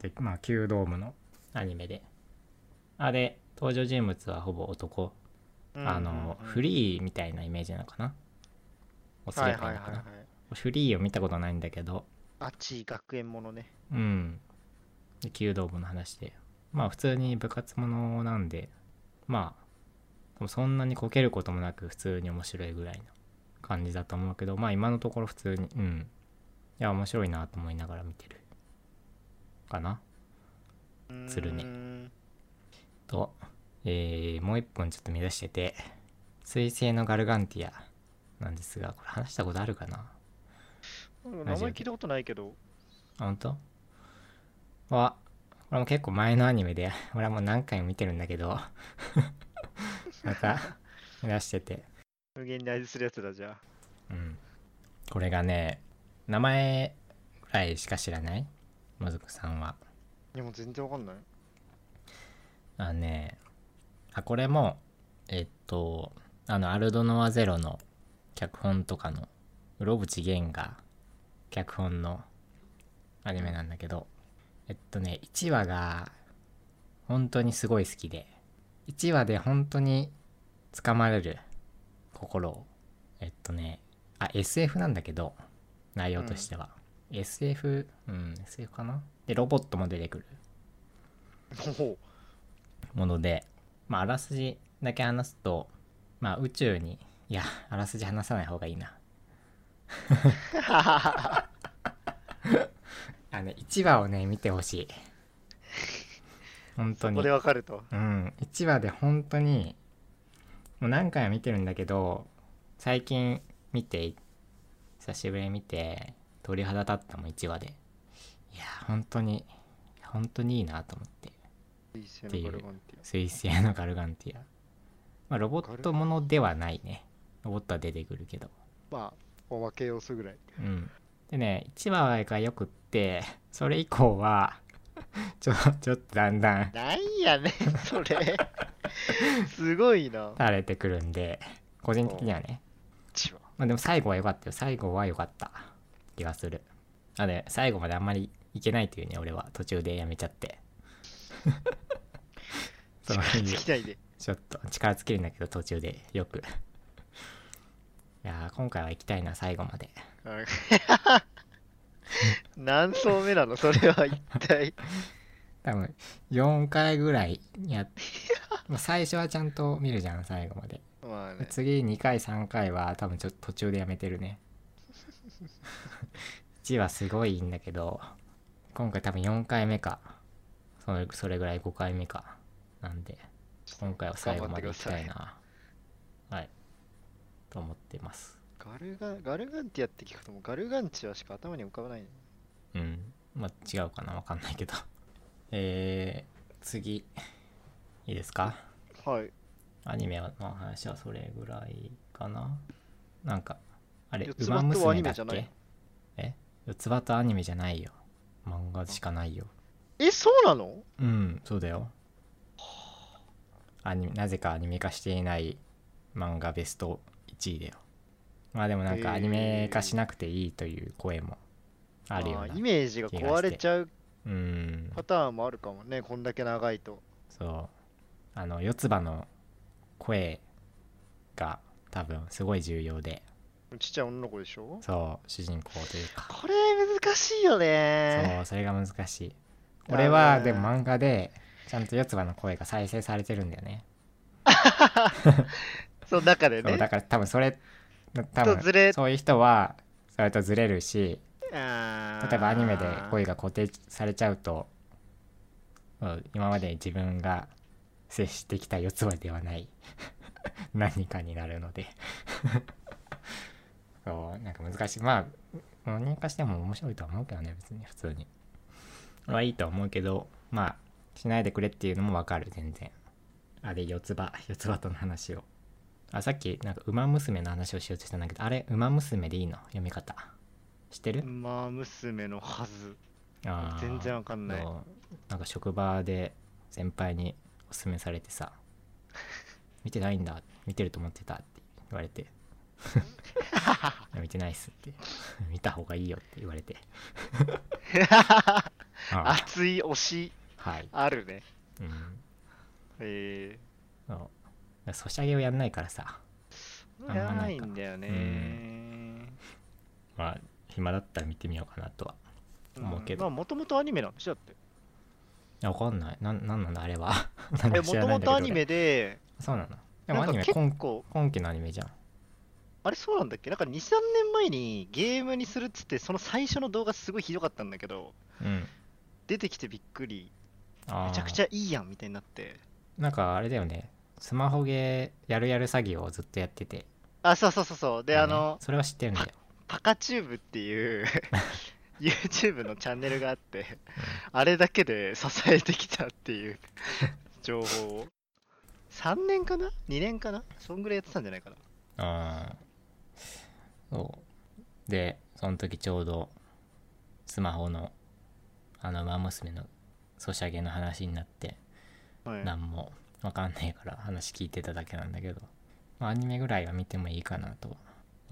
S1: でまあ旧ドームのアニメであれ登場人物はほぼ男あのフ
S2: ー
S1: リーみたいなイメージなのかなおすればいいのかな、フリーを見たことないんだけど
S2: あちい学園ものね
S1: うんで弓道部の話でまあ普通に部活ものなんでまあでもそんなにこけることもなく普通に面白いぐらいの感じだと思うけどまあ今のところ普通にうんいや面白いなと思いながら見てるかなするね
S2: うーん
S1: と、えーもう一本ちょっと見出してて「水星のガルガンティア」なんですがこれ話したことあるかな
S2: 名
S1: ラ
S2: 前
S1: ジオで
S2: 聞いたことないけど
S1: あ本当はこれも結構前のアニメで 俺はもう何回も見てるんだけど また見出してて
S2: 無限に愛するやつだじゃ
S1: うんこれがね名前ぐらいしか知らないもずくさんは
S2: あいやもう全然わかんない
S1: あのねあこれもえっとあの「アルドノアゼロ」の脚本とかのうろぶちげんが脚本のアニメなんだけどえっとね1話が本当にすごい好きで1話で本当につかまれる心をえっとねあ SF なんだけど内容としては、SF うん SF かなでロボットも出てくる
S2: も
S1: もので、まあ、あらすじだけ話すと、まあ、宇宙にいやあらすじ話さない方がいいなあの1話をね見てほしい本
S2: うそ
S1: 当に
S2: こでわかると
S1: うん1話で本当にもう何回も見てるんだけど最近見て久しぶりに見て鳥肌立ったもん1話でいや本当に本当にいいなと思って
S2: 水星のガルガンティ
S1: 水星のガルガンティア、まあ、ロボットものではないねロボットは出てくるけど
S2: アまあおまけ要素ぐらい
S1: うんでね1話がよくってそれ以降は ちょちょっとだんだん
S2: なんやねん それすごいな
S1: 垂れてくるんで個人的にはね
S2: ちは
S1: まあでも最後は良かったよ最後は良かった気がするあで最後まであんまりいけないというね俺は途中でやめちゃって そういう
S2: 尽きないで
S1: ちょっと力尽きるんだけど途中でよく。い やー今回は行きたいな最後まで。
S2: うん何層目なのそれは一体
S1: 多分4回ぐらいやっ まあ最初はちゃんと見るじゃん最後ま で。
S2: まあね
S1: 次2回3回は多分ちょっと途中でやめてるね。1はすごいいいんだけど今回多分4回目かそれそれぐらい5回目かなんで今回は最後まで行きたいな。はい。と思ってます。
S2: ガルガンガルガンティアって聞くともうガルガンチアしか頭に浮かばないね
S1: うん。まあ、違うかなわかんないけど。 えー、次。いいですか
S2: はい
S1: アニメの話はそれぐらいかななんか、あれ、
S2: 四
S1: ウ
S2: つ
S1: マ
S2: 葉とはア
S1: 娘
S2: ニメ
S1: だっ
S2: じゃない
S1: けえ四つ葉とアニメじゃないよ。漫画しかないよ。
S2: えそうなの
S1: うん、そうだよ。アニメ、なぜかアニメ化していない漫画ベスト1位だよ。まあでもなんかアニメ化しなくていいという声もあるよう
S2: ま
S1: な
S2: あイ。メージが壊れちゃう
S1: うん。
S2: パターンもあるかもねこんだけ長いと
S1: そうあの四つ葉の声が多分すごい重要で
S2: ちっちゃい女の子でしょ
S1: そう主人公というか
S2: これ難しいよね
S1: そうそれが難しい
S2: だね
S1: 俺はでも漫画でちゃんと四つ葉の声が再生されてるんだよね
S2: その中で
S1: そうだ
S2: ね
S1: から多分それ多
S2: とずれ
S1: 分そういう人はそれとずれるし
S2: 例えば
S1: 例えばアニメで声が固定されちゃうとうん今まで自分が接してきた四つ葉ではない 何かになるので そうなんか難しいまあ本人化しても面白いとは思うけどね別に普通に俺はいいとは思うけどまあしないでくれっていうのもわかる全然あれ四つ葉四つ葉との話をあさっきなんか「ウマ娘」の話をしようとしたんだけどあれ「ウマ娘」でいいの読み方してる
S2: まあ娘のはず
S1: あー
S2: 全然わかん ない
S1: そうなんか職場で先輩におすすめされて さ「見てないんだ見てると思ってた」って言われ て「いや見てないっす」って 「見た方がいいよ」って言われてああ
S2: 熱い推し
S1: はい、
S2: あるね
S1: うん、
S2: え
S1: そうソシャゲをやんないからさ
S2: ー、やらないんだよね
S1: あんままあ暇だったら見てみようかなとはうん思うけど
S2: まあもともとアニメなんでしょだって
S1: いやわかんないなんなんなんだあれは なん
S2: え
S1: か
S2: も
S1: 知ら
S2: と
S1: ない
S2: も
S1: んだけど
S2: とアニ
S1: 俺
S2: メで
S1: そうなのでも
S2: な
S1: ア
S2: んか
S1: ニメ
S2: 結
S1: 今
S2: 構
S1: 今期のアニメじゃん
S2: あれそうなんだっけなんか23年前にゲームにするっつってその最初の動画すごいひどかったんだけど
S1: うん
S2: 出てきてびっくり
S1: あー
S2: めちゃくちゃいいやんみたいになって
S1: なんかあれだよねスマホゲーやるやる詐欺をずっとやってて
S2: あそうそうそうそうで
S1: だ
S2: あ
S1: よね
S2: の
S1: それは知って るんだよ
S2: パカチューブっていう YouTube のチャンネルがあってあれだけで 支えてきたっていう情報を3年かな2年かなそんぐらいやってたんじゃないかな
S1: あーそうでその時ちょうどスマホのあの馬娘のソシャゲの話になって
S2: はい
S1: 何もわかんないから話聞いてただけなんだけど、まあ、アニメぐらいは見てもいいかなとは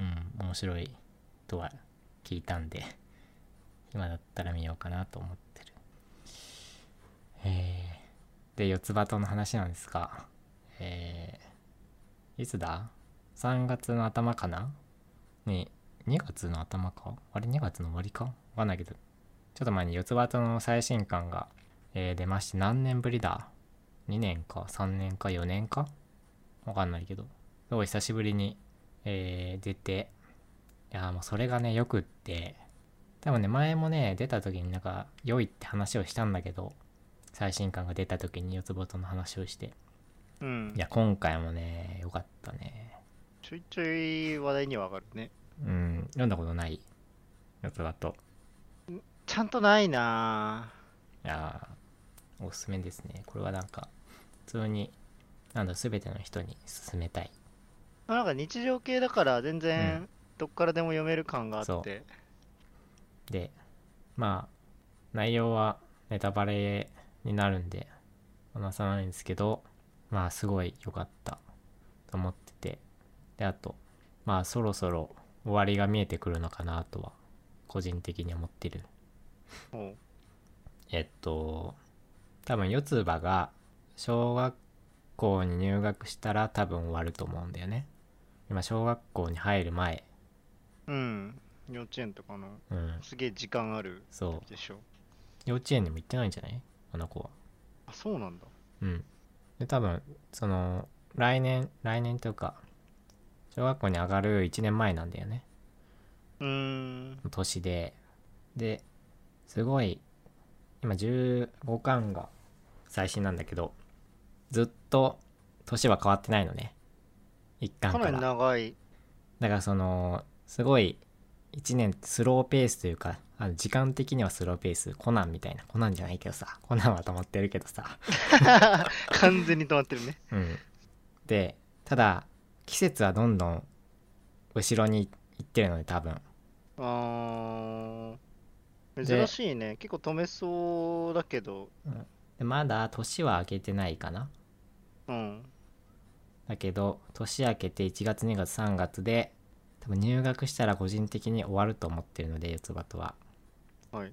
S1: うん面白いとは聞いたんで今だったら見ようかなと思ってるえー、で四つ葉との話なんですがえー、いつだ ?3 月の頭かなに2月の頭かあれ2月の終わりかわかんないけどちょっと前に四つ葉との最新刊が、えー出まして何年ぶりだ2年か3年か4年かわかんないけどすごい久しぶりに、えー出ていやーもうそれがねよくって多分ね前もね出た時になんか良いって話をしたんだけど最新刊が出た時に四つボトの話をして
S2: うん
S1: いや今回もね良かったね
S2: ちょいちょい話題には上がるね
S1: うん読んだことない四つ葉と
S2: ちゃんとないない
S1: やーおすすめですねこれはなんか普通になんだろう全ての人に勧めたい
S2: ぁなんか日常系だから全
S1: う
S2: 然どっからでも読める感があ
S1: そ
S2: って
S1: でまあ内容はネタバレになるんで話さないんですけどまあすごい良かったと思っててであとまあそろそろ終わりが見えてくるのかなとは個人的に思ってる
S2: も
S1: えっと多分四つ葉が小学校に入学したら多分終わると思うんだよね今小学校に入る前
S2: ううん幼稚園とかの
S1: うん
S2: すげえ時間ある
S1: そう
S2: でしょ
S1: 幼稚園にも行ってないんじゃないあの子は
S2: あそうなんだ
S1: うん。で、多分、その、来年、来年というか、小学校に上がる1年前なんだよね。
S2: うーん
S1: 年で。で、すごい、今15巻が最新なんだけど、ずっと年は変わってないのね。1巻
S2: か
S1: から
S2: なり。長 い
S1: だからそのすごい1年ってスローペースというかあの時間的にはスローペースコナンみたいなコナンじゃないけどさコナンは止まってるけどさ、
S2: 完全に止まってるね
S1: うん、でただ季節はどんどん後ろに行ってるので多分
S2: あー
S1: で
S2: 珍しいね結構止めそうだけど
S1: でまだ年は明けてないかな
S2: うん
S1: だけど年明けて1月2月3月で多分入学したら個人的に終わると思ってるので四つ葉とは
S2: はい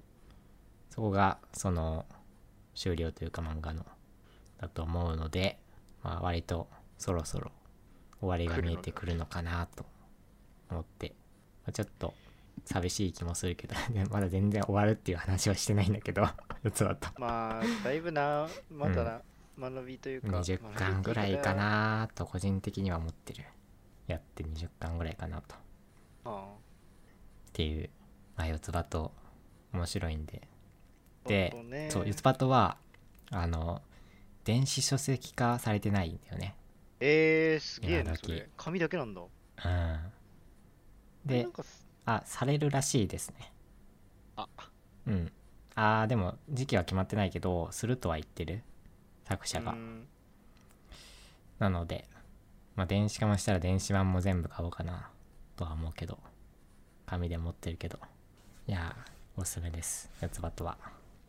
S1: そこがその終了というか漫画のだと思うので、まあ、割とそろそろ終わりが見えてくるのかなと思って、まあ、ちょっと寂しい気もするけど でまだ全然終わるっていう話はしてないんだけど四つ葉と
S2: まあだいぶなまだな、学びというか
S1: 20巻ぐらいかなと個人的には思ってるやって20巻ぐらいかなとっ
S2: あ
S1: ていう、まあ、四つ葉と面白いんで
S2: ー
S1: で
S2: ほんとね
S1: そう、四つ葉とは、あの、電子書籍化されてないんだよね。
S2: えー、すげえ
S1: 今
S2: な
S1: だけ
S2: それ紙だけなんだ
S1: うん。
S2: な
S1: で
S2: ん、かす
S1: あ、されるらしいですね。
S2: あ
S1: うん。あー、でも、時期は決まってないけど、するとは言ってる。作者
S2: う
S1: が。
S2: ん
S1: なので、まあ、電子化もしたら電子版も全部買おうかな、とは思うけど、紙で持ってるけど。いやーおすすめです四つ葉とは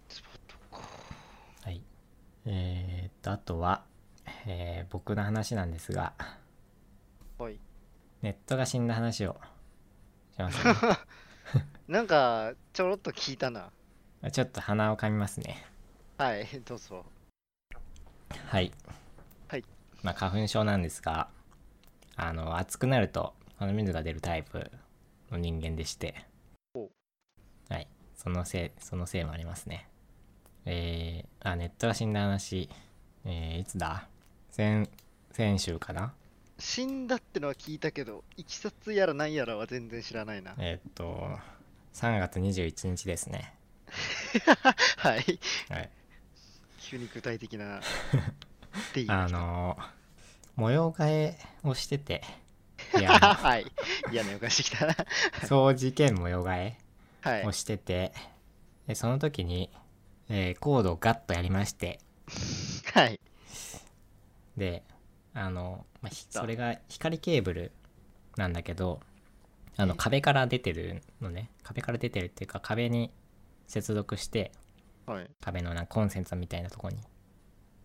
S2: スポットか
S1: はいえー、っとあとは、えー僕の話なんですが
S2: はい
S1: ネットが死んだ話をします ね
S2: なんかちょろっと聞いたな
S1: あちょっと鼻をかみますね
S2: はい どうぞ
S1: はい
S2: はい
S1: まあ花粉症なんですがあの暑くなると鼻水が出るタイプの人間でして
S2: お
S1: はいそのせいそのせいもありますねえー、あネットが死んだ話えー、いつだ先先週かな
S2: 死んだってのは聞いたけどいきさつやらなんやらは全然知らないな
S1: えーっと3月21日ですね
S2: はい
S1: はい
S2: 急に具体的なって いう
S1: あの模様替えをしてていや あ
S2: はい嫌な予感してきたな
S1: の掃除兼模様替え
S2: はい
S1: をしててでその時に、えーコードをガッとやりまして
S2: はい
S1: であの、まあひ
S2: た
S1: それが光ケーブルなんだけどあの壁から出てるのね壁から出てるっていうか壁に接続して
S2: はい
S1: 壁のなんかコンセントみたいなとこに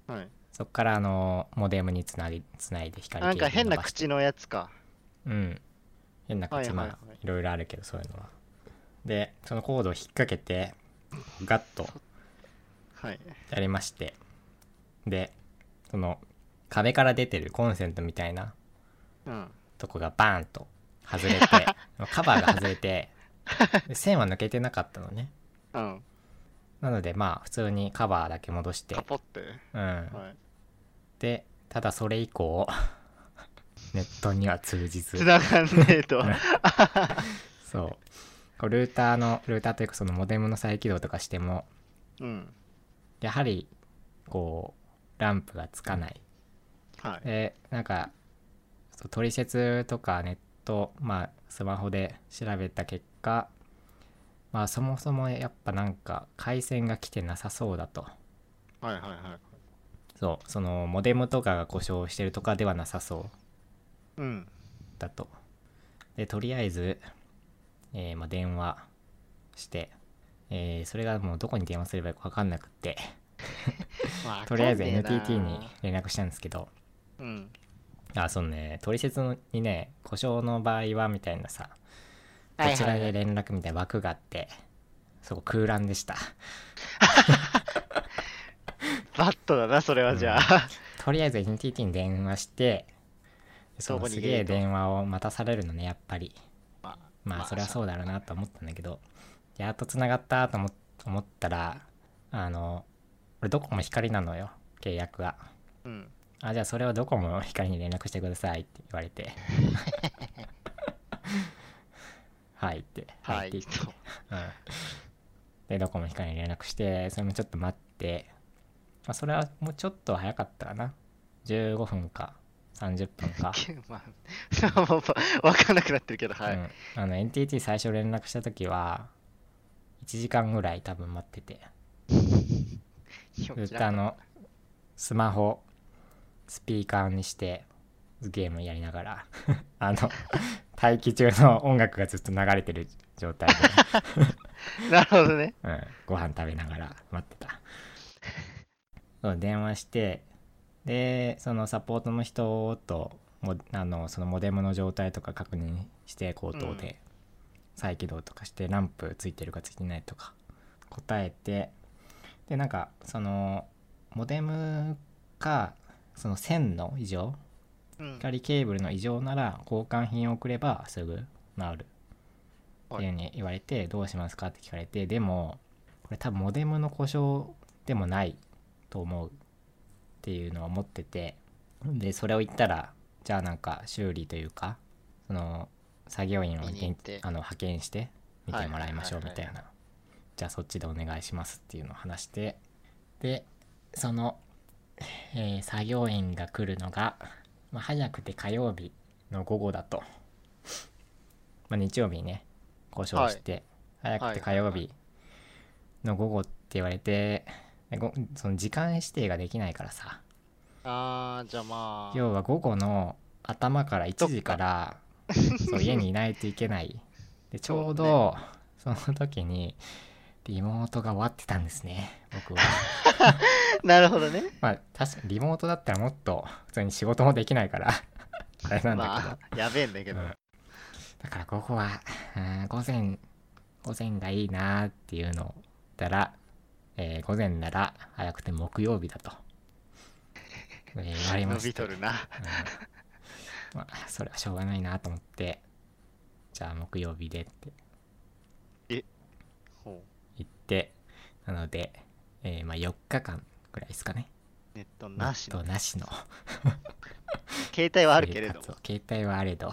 S2: はい
S1: そっからあのモデムにつなぎつないで光ケ
S2: な
S1: ー
S2: ん
S1: ブル
S2: か変
S1: 伸
S2: な
S1: ばして
S2: 口のやつか
S1: うん変な
S2: はい
S1: 口
S2: はい
S1: ま
S2: は
S1: あ
S2: い
S1: いろいろあるけどそういうのはでそのコードを引っ掛けてガッと
S2: はい
S1: やりましてでその壁から出てるコンセントみたいな
S2: うん
S1: とこがバーンと外 れてカバーが外れてで線は抜けてなかったのね
S2: うん
S1: なのでまあ普通にカバーだけ戻して
S2: カ、ポって
S1: うん、
S2: はい
S1: でただそれ以降 ネットには通じず
S2: 繋がんねえ と
S1: そうこうルーターのルーターというかそのモデムの再起動とかしても
S2: うん
S1: やはりこうランプがつかない
S2: はい
S1: でなんかそうトリセツとかネットまあスマホで調べた結果まあそもそもやっぱなんか回線が来てなさそうだと
S2: はいはいはい
S1: そうそのモデムとかが故障してるとかではなさそう
S2: うん
S1: だとでとりあえず、えーまあ、電話して、えーそれがもうどこに電話すればいいか分かんなくって
S2: わか
S1: と
S2: ん
S1: り
S2: ね
S1: あ
S2: え
S1: えず
S2: な
S1: NTT に連絡したんですけど
S2: うん
S1: あそうね取説にね故障の場合はみたいなさこ
S2: はい
S1: ち
S2: は
S1: ら
S2: いは
S1: で
S2: い
S1: 連絡みたいな枠があってそこ空欄でした
S2: バットだなそれはじゃあ
S1: とりあえず NTT に電話してその
S2: どこに
S1: す
S2: 入れ
S1: げえ
S2: ると
S1: 電話を待たされるのねやっぱり
S2: まあ
S1: まあそれはそうだろうなと思ったんだけどやっとつながったと思思ったらあの俺ドコモ光なのよ契約が
S2: うん
S1: あじゃあそれをドコモ光に連絡してくださいって言われて はいって
S2: はい
S1: って言って
S2: と
S1: うんでドコモ光に連絡してそれもちょっと待って、まあ、それはもうちょっと早かったかな15分か30分か、
S2: まあ、 それはもうわかんなくなってるけど、はい。
S1: うん、あの NTT 最初連絡した時は1時間ぐらい多分待ってて
S2: 表
S1: ずっ
S2: 記
S1: とあ
S2: な
S1: のスマホスピーカーにしてゲームやりながら あの待機中の音楽がずっと流れてる状態で、
S2: なるほどね。
S1: うん、ご飯食べながら待ってたそう電話してでそのサポートの人ともあのそのモデムの状態とか確認して口頭で再起動とかしてランプついてるかついてないとか答えてでなんかそのモデムかその線の異常
S2: うん、
S1: 光ケーブルの異常なら交換品を送ればすぐ治るっ
S2: はい
S1: ていうふうに言われてどうしますかって聞かれてでもこれ多分モデムの故障でもないと思うっていうのを思っててでそれを言ったらじゃあなんか修理というかその作業員を
S2: 見に行って
S1: 現あの派遣して見てもらいましょう
S2: は
S1: み
S2: いはい
S1: た
S2: はいいはい
S1: なじゃあそっちでお願いしますっていうのを話してでその、えー作業員が来るのが、まあ、早くて火曜日の午後だと、 まあ、日曜日にね故障して、早くて火曜日の午後って言われて、でごその時間指定ができないからさ
S2: あー、じゃあまあ、
S1: 要は午後の頭から1
S2: そっ
S1: 時か
S2: か
S1: らそう家にいないといけないでちょうどその時にリモートが終わってたんですね 僕は
S2: なるほどね。
S1: まあ確かにリモートだったらもっと普通に仕事もできないから あれなんだけど、
S2: まあ、やべえんだけど。
S1: うんだから午後は、うん午前、午前がいいなーっていうのだら、えー午前なら早くて木曜日だと、えー言われま
S2: 伸
S1: し
S2: び
S1: た。
S2: とるな。
S1: うんまあ、それはしょうがないなと思って、じゃあ木曜日でって
S2: ほ
S1: 言って、なので、えーまあ4日間ぐらいですかね。
S2: うネットなしの。
S1: なしの。
S2: 携帯はあるけれど
S1: 生活。を携帯はあれど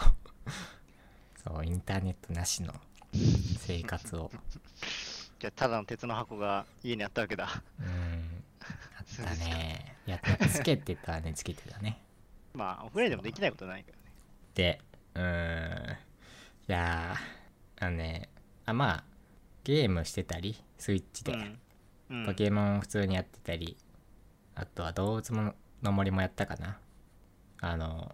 S1: そうインターネットなしの生活を
S2: じゃあただの鉄の箱が家にあったわけだ。
S1: うんあったねやったつけてたねつけてたね
S2: まあ、オフラインでもできないことないからね。
S1: でうーんいやーあのねあまあゲームしてたりスイッチで、
S2: うん。う
S1: ポ
S2: ん、
S1: ケモンを普通にやってたりあとは動物もの森もやったかなあの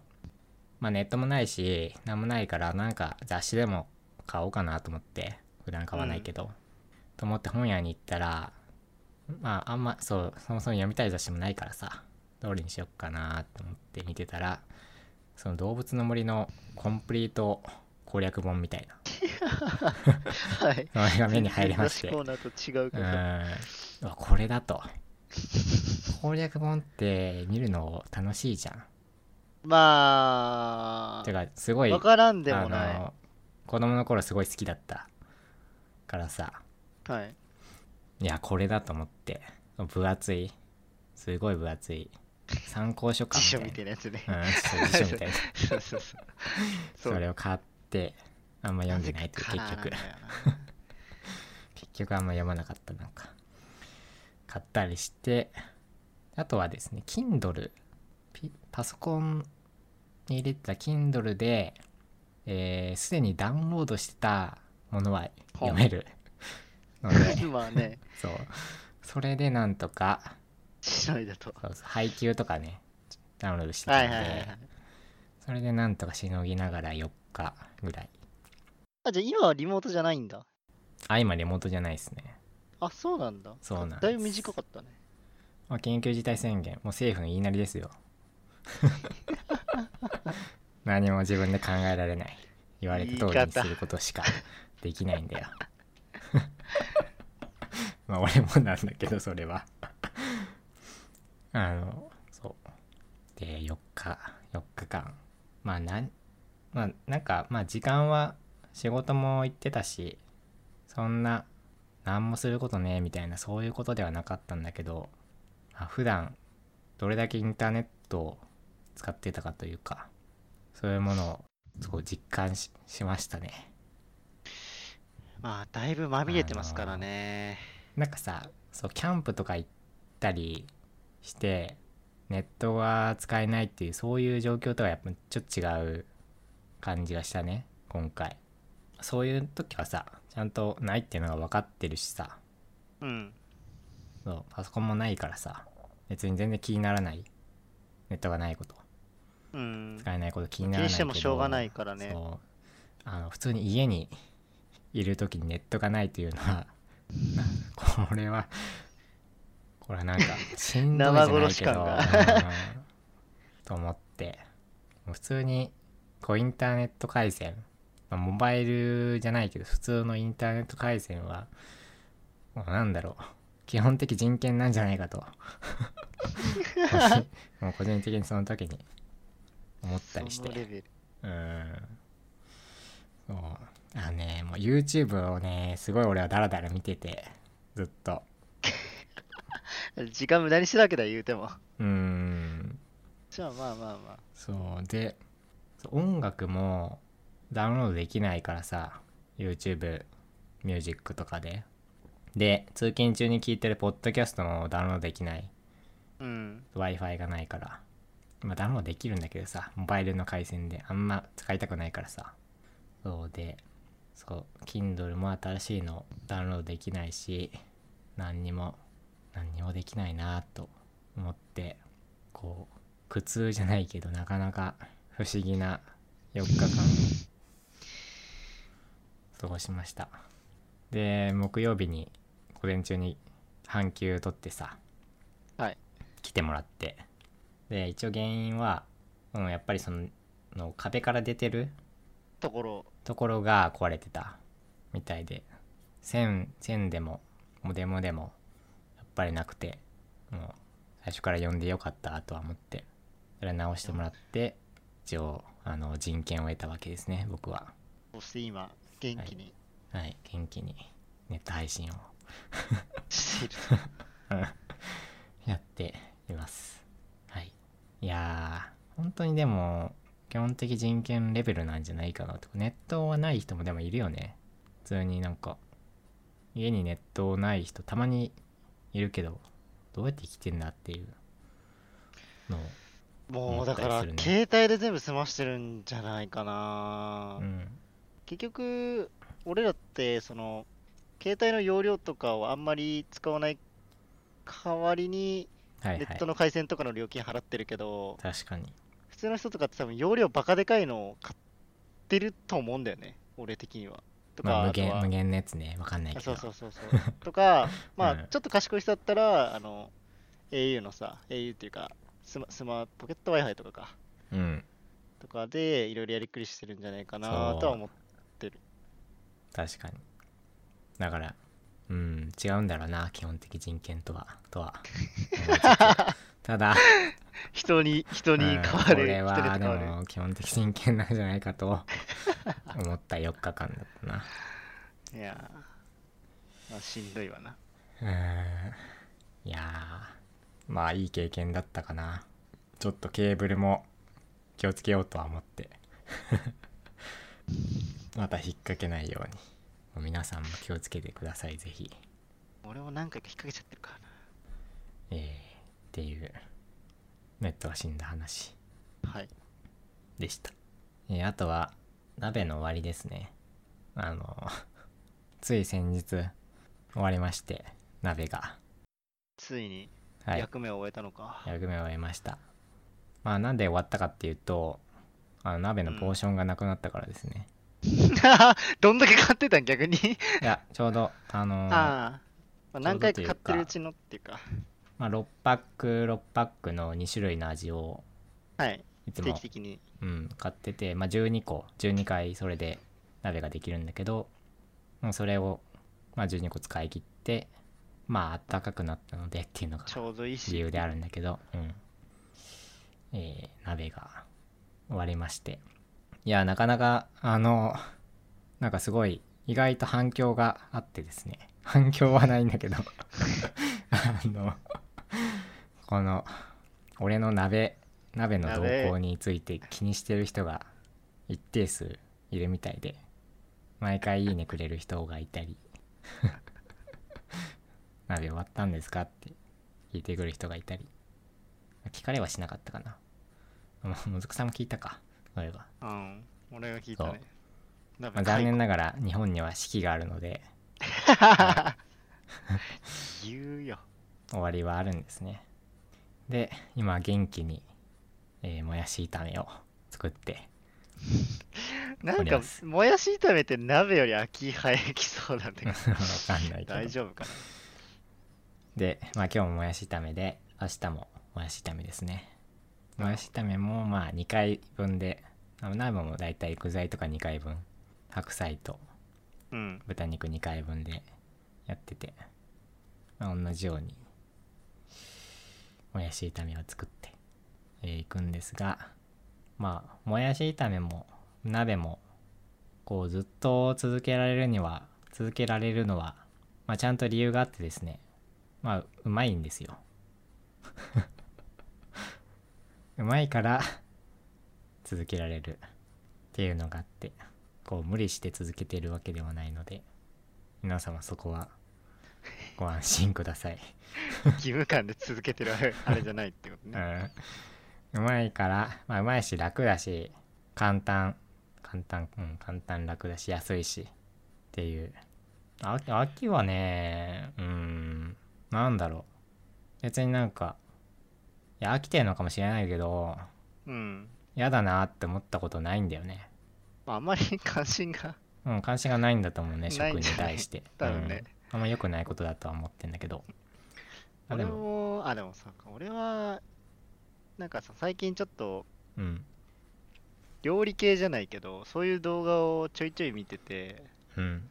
S1: まあネットもないし何もないからなんか雑誌でも買おうかなと思って普段買わないけど、と思って本屋に行ったらまああんまそうそもそも読みたい雑誌もないからさどれにしよっかなと思って見てたらその動物の森のコンプリート攻略本みたい
S2: はい。
S1: なそれが目に入りま して
S2: 全然雑誌コーナーと違う
S1: う
S2: けど。
S1: ーんうわこれだと攻略本って見るの楽しいじゃん
S2: ま
S1: てかすご
S2: あ、
S1: い
S2: わからんでもない。
S1: の子供の頃すごい好きだったからさ
S2: はい。
S1: いやこれだと思って分厚いすごい分厚い参考書か
S2: 辞書
S1: み
S2: み
S1: た
S2: た
S1: い
S2: いなやつね。
S1: なうんそう辞書みたいな
S2: そうそう そう。
S1: それを買ってあんま読んでないと結局結局あんま読まなかったなんか買ったりしてあとはですね Kindle ピパソコンに入れてた Kindle でえーすで、にダウンロードしてたものは読めるので
S2: 今は ね、
S1: そうそれでなんとか
S2: しのいだと。
S1: そうそう配給とかねダウンロードして
S2: は
S1: た
S2: い
S1: の
S2: はいはいはい
S1: で。それでなんとかしのぎながら4日ぐらい
S2: あ、じゃあ今はリモートじゃないんだ。
S1: あ今リモートじゃないですね
S2: あ、そうなんだ。
S1: そうなんです
S2: だいぶ短かったね。
S1: まあ、緊急事態宣言もう政府の言いなりですよ 何も自分で考えられない言われた通りにすることしかできないんだよ まあ俺もなんだけどそれはあのそうで4日4日間まあなんまあなんかまあ時間は仕事も行ってたしそんな何もすることねえみたいなそういうことではなかったんだけどまあ普段どれだけインターネットを使ってたかというかそういうものをすごい実感ししましたね
S2: まあ、だいぶまみれてますからね。
S1: なんかさそうキャンプとか行ったりしてネットが使えないっていうそういう状況とはやっぱちょっと違う感じがしたね今回そういう時はさちゃんとないっていうのが分かってるしさ
S2: うん。
S1: そうパソコンもないからさ別に全然気にならないネットがないこと
S2: うん。
S1: 使えないこと気に
S2: 気
S1: ならな
S2: に
S1: い
S2: し
S1: け
S2: て
S1: ど
S2: もしょうがないからね。
S1: そうあの普通に家にいる時にネットがないというのは これはこれはなんかしんどいじゃないけど
S2: 生殺
S1: うんと思ってもう普通にこうインターネット回線、まあモバイルじゃないけど普通のインターネット回線はもうなんだろう基本的人権なんじゃない かと もう個人的にその時に思ったりし
S2: そ
S1: て
S2: のレベル。
S1: うーんそうあのねもう YouTube をねすごい俺はダラダラ見ててずっと
S2: 時間無駄にしてるわけだ、言うても。
S1: うーん
S2: じゃあまあまあまあ。
S1: そうでそう音楽もダウンロードできないからさ YouTube ミュージックとかでで通勤中に聴いてるポッドキャストもダウンロードできない
S2: うん。
S1: w i f i がないから、まあ、ダウンロードできるんだけどさモバイルの回線であんま使いたくないからさそうでそう Kindle も新しいのダウンロードできないし何にも何にもできないなと思ってこう苦痛じゃないけどなかなか不思議な4日間を過ごしましたで木曜日に午前中に半休取ってさ、
S2: はい
S1: 来てもらってで一応原因は、うん、やっぱりそのの壁から出てる
S2: ところ
S1: ところが壊れてたみたいで線線でもモデムでもやっぱりなくてもう最初から呼んでよかったとは思ってそれ直してもらって一応あの人権を得たわけですね僕は
S2: そして今元気に
S1: はい元気にネット配信を
S2: している、
S1: やっていますはいいやー本当にでも基本的人権レベルなんじゃないかなとネットはない人もでもいるよね普通になんか家にネットない人たまにいるけどどうやって生きてんだっていうのを
S2: もうだか
S1: 思ったり
S2: ら
S1: するね
S2: 携帯で全部済ましてるんじゃないかな、
S1: うん
S2: 結局俺らってその携帯の容量とかをあんまり使わない代わりに
S1: はい
S2: ネ
S1: は
S2: ッ
S1: い
S2: トの回線とかの料金払ってるけど、
S1: 確かに
S2: 普通の人とかって多分容量バカでかいのを買ってると思うんだよね俺的にはとか、
S1: まあ無
S2: とは
S1: 限無限のやつねわかんない
S2: あ
S1: けど
S2: そうそうそうそう とかまあ、
S1: うん
S2: ちょっと賢い人だったらあの au のさ au っていうかスマスマポケット Wi-Fi とかか
S1: うん
S2: とかでいろいろやりくりしてるんじゃないかなとは思っ
S1: 確かにだからうん違うんだろうな基本的人権とはとは思いつ つただ
S2: 人に人に変わ
S1: うん
S2: る、
S1: これ
S2: 人に
S1: はで
S2: 変わる
S1: も基本的人権なんじゃないかと思った4日間だったない
S2: やーまあしんどいわな
S1: うんいやーまあいい経験だったかなちょっとケーブルも気をつけようとは思って また引っ掛けないようにもう皆さんも気をつけてくださいぜひ
S2: 俺も何回か引っ掛けちゃってるから
S1: えー、っていうネットが死んだ話
S2: なはい
S1: でした、えーあとは鍋の終わりですねあの つい先日終わりまして鍋が
S2: ついに
S1: はい
S2: 役目を終えたのか、
S1: 役目を終えましたまあなんで終わったかっていうとあの鍋のポーションがなくなったからですね、
S2: どんだけ買ってたん逆に
S1: いやちょうど あのー
S2: ああ、ま
S1: ち
S2: あ、
S1: ょう
S2: 何
S1: ど
S2: 回
S1: と
S2: か
S1: いうか
S2: 買ってるうちのっていうか、
S1: まあ、6パック6パックの2種類の味を
S2: はい、
S1: いつ
S2: 定
S1: も
S2: 期、的に。
S1: うん、買ってて、まあ、12個12回それで鍋ができるんだけどもうそれを、まあ、12個使い切ってまあ暖かくなったのでっていうのが
S2: ちょうどいい
S1: 理
S2: し、
S1: 由であるんだけど、うんえー鍋が終わりましていやなかなかあのなんかすごい意外と反響があってですね反響はないんだけどあのこの俺の鍋鍋の動向について気にしてる人が一定数いるみたいで毎回「いいね」くれる人がいたり 「鍋終わったんですか?」って聞いてくる人がいたり聞かれはしなかったかなまあもずくさんも聞いたかそういえば、
S2: うん、俺が聞いたね。な
S1: ま
S2: んか
S1: あ、残念ながら日本には四季があるので
S2: 言うよ。
S1: 終わりはあるんですねで今元気に、えーもやし炒めを作って
S2: なん
S1: りま
S2: か
S1: す、
S2: もやし炒めて鍋より秋早きそうなんだけ ど
S1: わかんないけど
S2: 大丈夫かな。
S1: で、まあ、今日ももやし炒めで明日ももやし炒めですねもやし炒めもまあ2回分であの鍋もだいたい具材とか2回分白菜と
S2: うん、
S1: 豚肉2回分でやってて、まあ同じようにもやし炒めを作ってえーいくんですがまあもやし炒めも鍋もこうずっと続けられるには続けられるのは、まあ、ちゃんと理由があってですねまあうまいんですよ うまいから続けられるっていうのがあってこう無理して続けてるわけではないので皆様そこはご安心くださ い、
S2: 義務感で続けてるあれあれじゃないってこと
S1: う
S2: ね。
S1: ん、うまいから、まあ、うまいし楽だし簡単簡単うん簡単楽だし安いしっていうあ秋はねうんなんだろう別になんかいや飽きてるのかもしれないけど
S2: うん。
S1: 嫌だなって思ったことないんだよね
S2: まあ、あんまり関心が
S1: うん、関心がないんだと思うね、
S2: ない
S1: 職
S2: ん
S1: に
S2: じゃない
S1: 対して。
S2: 多分ね。
S1: うん、あんま良くないことだとは思ってんだけど。あ、で
S2: 俺
S1: も、
S2: も、あ、でもさ、俺は、なんかさ、最近ちょっと、
S1: うん。
S2: 料理系じゃないけど、そういう動画をちょいちょい見てて、
S1: うん。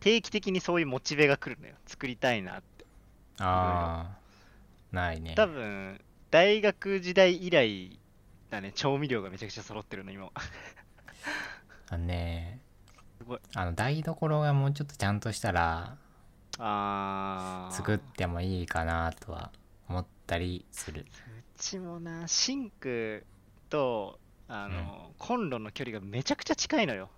S2: 定期的にそういうモチベが来るのよ。作りたいなって。
S1: ああ、ないね。
S2: 多分、大学時代以来だね、調味料がめちゃくちゃ揃ってるの、今は。
S1: あのね
S2: すごい
S1: あの台所がもうちょっとちゃんとしたら
S2: あー。
S1: 作ってもいいかなとは思ったりする
S2: うちもな、シンクと、あの、コンロの距離がめちゃくちゃ近いのよ。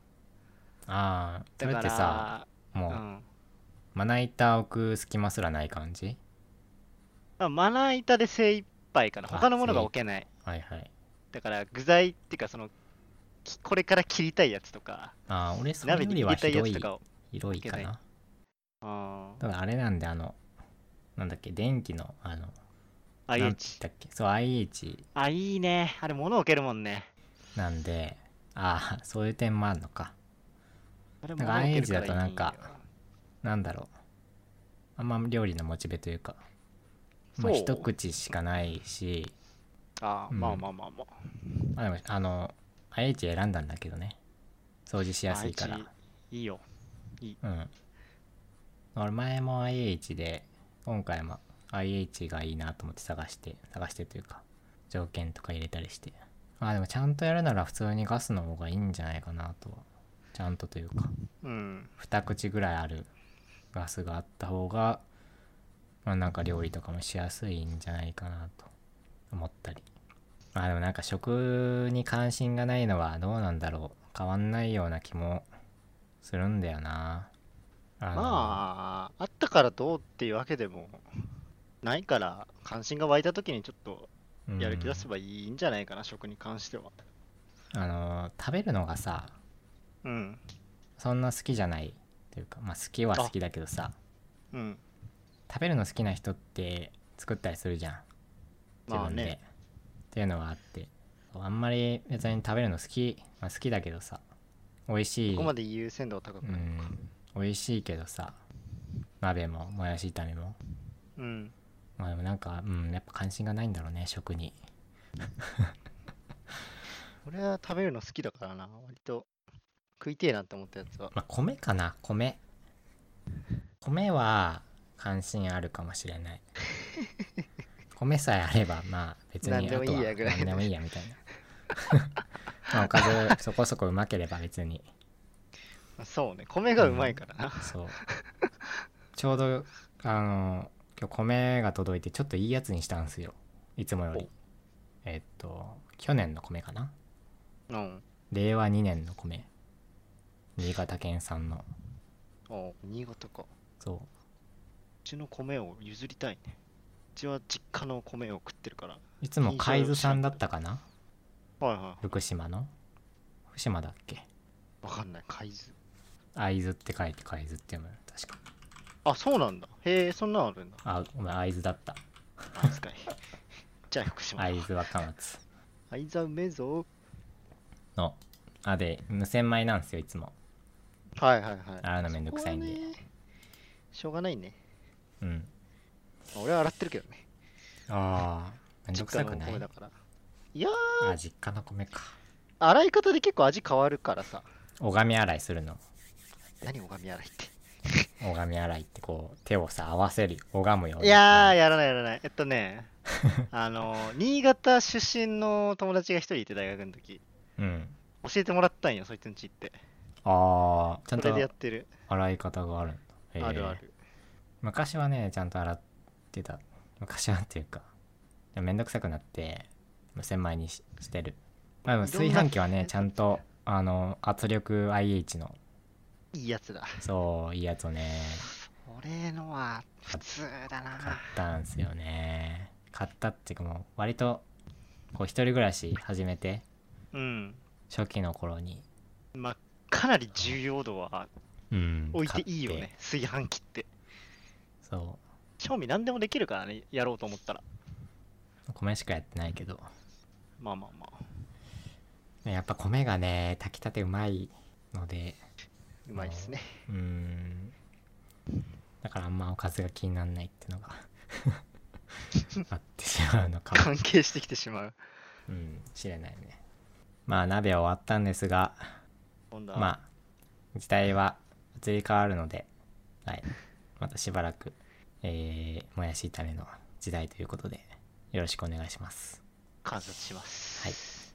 S1: ああそ
S2: だ
S1: れ
S2: か
S1: ってさ
S2: ら、
S1: も
S2: う
S1: う、
S2: ん。
S1: まな板置く隙間すらない感じ
S2: まあ、まな板で精一杯かな。
S1: あ
S2: 他のものが置けない。
S1: はいはい
S2: だから具材っていうかそのきこれから切りたいやつとか
S1: ああ俺それ
S2: 鍋
S1: よ
S2: に
S1: り
S2: 入れ
S1: は
S2: たいや
S1: 広
S2: つ
S1: い
S2: とかを
S1: 広いか
S2: いけな
S1: な
S2: あ
S1: ただあれなんであのなんだっけ電気のあの
S2: あ
S1: なん
S2: IH
S1: だっけそう IH
S2: あいいねあれ物置けるもんね
S1: なんでああそういう点もあるのか
S2: あ
S1: な
S2: れ
S1: ん
S2: 物
S1: か
S2: 置ける
S1: IH だと
S2: からいい
S1: なんかなんだろうあんま料理のモチベというかまあ
S2: そう
S1: 一口しかないし
S2: あ
S1: うん
S2: まあまあまあ
S1: ま
S2: まあ
S1: あでもあの IH 選んだんだけどね掃除しやすいから
S2: IH いいよ
S1: うん俺前も IH で今回も IH がいいなと思って探して探してというか条件とか入れたりしてまあでもちゃんとやるなら普通にガスの方がいいんじゃないかなとはちゃんとというか
S2: うん
S1: 2口ぐらいあるガスがあった方がまあなんか料理とかもしやすいんじゃないかなと思ったりまあでもなんか食に関心がないのはどうなんだろう変わんないような気もするんだよなあの
S2: まああったからどうっていうわけでもないから関心が湧いた時にちょっと
S1: うん
S2: やる気出せばいいんじゃないかな、食に関しては
S1: あの食べるのがさ
S2: うん
S1: そんな好きじゃないというかまあ好きは好きだけどさ
S2: うん
S1: 食べるの好きな人って作ったりするじゃん
S2: まあね
S1: っていうのがあってあんまり別に食べるの好き、まあ、好きだけどさ美味しい
S2: ここまで優先度は高く
S1: う
S2: ないのか
S1: ん美味しいけどさ鍋ももやし炒めも
S2: うん
S1: まあでもなんかうんやっぱ関心がないんだろうね食に
S2: 俺は食べるの好きだからな、割と食いてえなって思ったやつは。
S1: まあ米かな米米は関心あるかもしれない米さえあればまあ別に
S2: 何
S1: あ
S2: で
S1: と
S2: も
S1: はい
S2: いやぐらい
S1: 何でもいいやみたいな まあおかずそこそこうまければ別に
S2: そうね、米がうまいからな。
S1: そう。ちょうど、あの、今日米が届いて、ちょっといいやつにしたんですよ。いつもより。えっと、去年の米かな。
S2: うん。
S1: 令和2年の米。新潟県産の。
S2: おう新潟か。う
S1: そう。
S2: ちの米を譲りたいね。うちは実家の米を食ってるから。
S1: いつも海津さんだったかな
S2: はいは
S1: 福島の。福島だっけ
S2: い。わかんない、海津。
S1: 会津って書いて海津って読むよ。確か。
S2: あ、そうなんだ。へえ、そんなのあるんだ。
S1: あ、ごめん、会津だった。
S2: あいつかい。 じゃあ、福島だ。
S1: 会津若松
S2: 会津はうめえぞ。
S1: の。あ、で、無洗米なんですよ、いつも。
S2: はいはいはい。
S1: 洗うのめんどくさいんで
S2: そこはね。しょうがないね。
S1: うん。
S2: 俺は洗ってるけどね。
S1: ああ。めんどくさくな
S2: 実家の米
S1: い
S2: だから。いやー、
S1: あ実家の米か
S2: 洗い方で結構味変わるからさ。
S1: 拝み洗いするの
S2: 何拝み洗いって。
S1: 拝み洗いってこう手をさ合わせる拝むようない
S2: やー、やらないやらない。えっ とね、あの、新潟出身の友達が一人いて、大学の時。
S1: うん
S2: 教えてもらったんよ、そいつの家行って。
S1: あーちゃ
S2: そ
S1: ん
S2: れでやっ
S1: と
S2: てる。
S1: 洗い方があるんだへー
S2: あるある。
S1: 昔はねちゃんと洗ってた昔はっていうかでもめんどくさくなって無洗米にししてるまあでも炊飯器はい
S2: ろん
S1: ね
S2: な
S1: ちゃんとあの圧力 IH の
S2: いいやつだ。
S1: そういいやつをね
S2: 俺のは普通
S1: 買っ
S2: だな。
S1: たんすよね買ったっていうかもう割とこう一人暮らし始めて
S2: うん。
S1: 初期の頃に
S2: まあ、かなり重要度は
S1: うん
S2: 置いていいよ
S1: 買っ
S2: ね、炊飯器って。
S1: そ
S2: 賞味何でもできるからね、やろうと思ったら。
S1: う米しかやってないけど
S2: まあまあまあ。
S1: ねやっぱ米がね炊きたてうまいので、
S2: うまいですね。
S1: うーんだからあんまおかずが気にならないって のがあってしまうのかも
S2: 関係してきてしまう。
S1: うんしれないねまあ鍋は終わったんですが
S2: 今度は、
S1: まあ時代は移り変わるので、はい、またしばらく、えー、もやし炒めの時代ということでよろしくお願いします
S2: 観察します。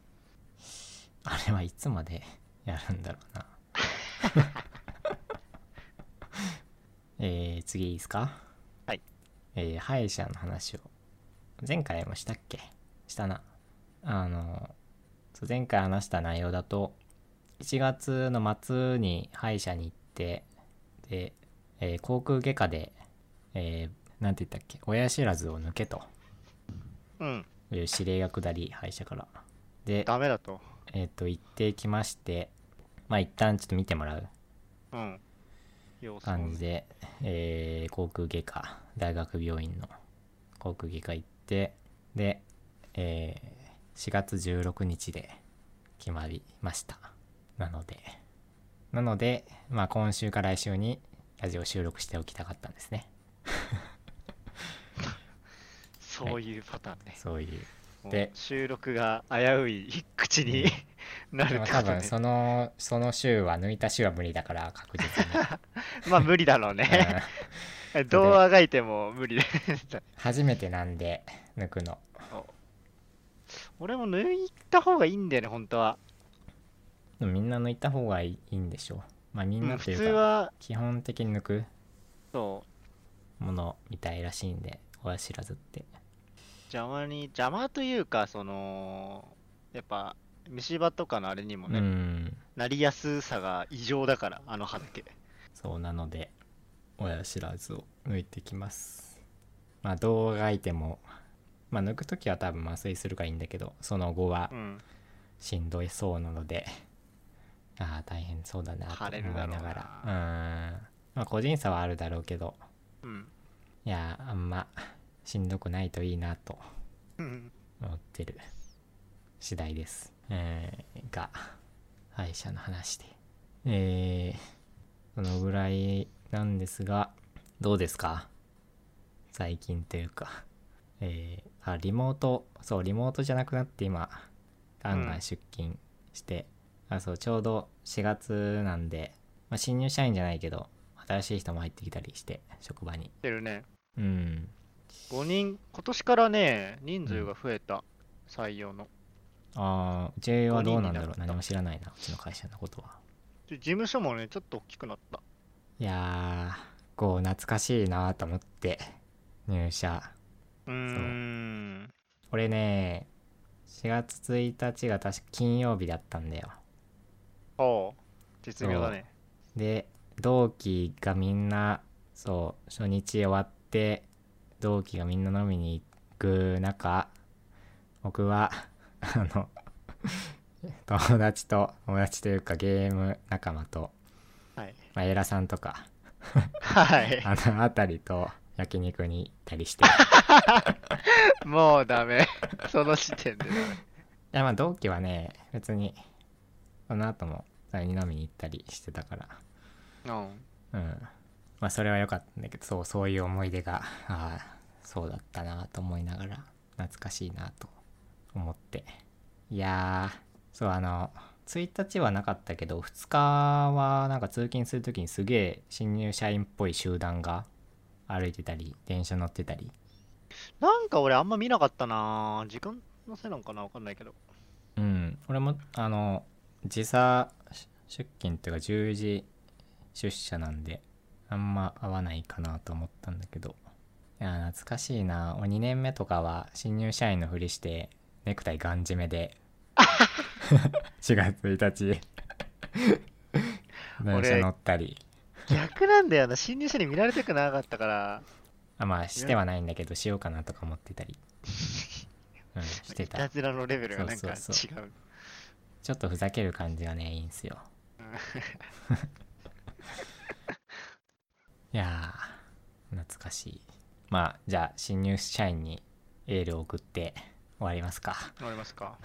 S1: はいあれはいつまでやるんだろ うなえー、次いいですか
S2: はい
S1: えー歯医者の話を前回もしたっけしたなあのそう前回話した内容だと1月の末に歯医者に行ってで、えー口腔外科で、えーなんて言ったっけ親知らずを抜けと
S2: うん、
S1: いう指令が下り歯医者からで
S2: ダメだと。
S1: えっ、と行ってきましてまあ一旦ちょっと見てもらう
S2: うん。要素
S1: 感じで、えー、航空外科大学病院の航空外科行ってで、えー4月16日で決まりましたなのでなので、まあ、今週か来週にラジオ収録しておきたかったんですね
S2: そういうパターンね。
S1: そういう
S2: もう
S1: で
S2: 収録が危うい口に な
S1: で
S2: る
S1: も
S2: って
S1: 多
S2: ことね
S1: 分そのその週は抜いた週は無理だから確実 に、
S2: まあ無理だろう
S1: う
S2: ね。
S1: ん
S2: どうあがいても無理だ
S1: 初めてなんで抜くの
S2: 俺も抜いた方がいいんだよね、本当は。
S1: でもみんな抜いた方がいいんでしょうまあみん
S2: う
S1: なんって
S2: 普
S1: いうか、
S2: 通は、
S1: 基本的に抜く
S2: そう、
S1: ものみたいらしいんで親知らずって
S2: 邪魔に、邪魔というか、その、やっぱ、虫歯とかのあれにも
S1: う
S2: ね、
S1: ん
S2: なりやすさが異常だから、あの歯だけ。
S1: そうなので親知らずを抜いてきますまあどうがいてもまあ抜く時は多分麻酔するからいいんだけどその後は
S2: うん。
S1: しんどいそうなので、ああ大変そうだなと
S2: 腫
S1: 思
S2: れ
S1: い
S2: る
S1: な
S2: だろうな
S1: がらうんまあ個人差はあるだろうけど
S2: うん。
S1: いやあんましんどくないといいなと
S2: うん
S1: 思ってる次第です、えーが歯医者の話でえー、そのぐらいなんですがどうですか最近というかえーあリモートそうリモートじゃなくなって今ガンガン出勤して、あそうちょうど4月なんで、まあ、新入社員じゃないけど新しい人も入ってきたりして職場に
S2: てるね。
S1: うん
S2: 5人、今年からね、人数が増えた、採用の。
S1: ああ、うちはどうなんだろう
S2: 五人になった
S1: 何も知らないな、うちの会社のことは。
S2: で事務所もね、ちょっと大きくなった。
S1: いやー、こう、懐かしいなと思って、入社。
S2: うーん。
S1: 俺ね、4月1日が確か金曜日だったんだよ。
S2: ほう。絶妙だね。
S1: で、同期がみんな、そう、初日終わって、同期がみんな飲みに行く中、僕は、 あの、友達と、友達というかゲーム仲間と、
S2: はい。
S1: まあ、エラさんとか、
S2: はい。
S1: あの辺りと焼肉に行ったりしてい
S2: もうダメ。その時点でダメ。
S1: やまあ同期はね別にその後もそれに飲みに行ったりしてたから
S2: うん。
S1: うんまあそれは良かったんだけどそうそういう思い出がああそうだったなと思いながら懐かしいなと思っていやーそうあの1日はなかったけど2日はなんか通勤する時にすげえ新入社員っぽい集団が歩いてたり電車乗ってたり
S2: なんか俺あんま見なかったなぁ時間のせいなんかなわかんないけど。
S1: うん俺もあの時差し出勤っていうか10時出社なんであんま合わないかなと思ったんだけどいや懐かしいな俺2年目とかは新入社員のふりしてネクタイガン締め で4月1日 電車乗ったり
S2: 逆なんだよな。新入社に見られたくなかったから。
S1: あまあしてはないんだけどしようかなとか思ってたり、うん、して
S2: いた
S1: た
S2: ずらのレベルがなんか違う。
S1: そうそうちょっとふざける感じがねいいんすよいやー懐かしいまあじゃあ新入社員にエールを送って終わりますか
S2: 乗りますか。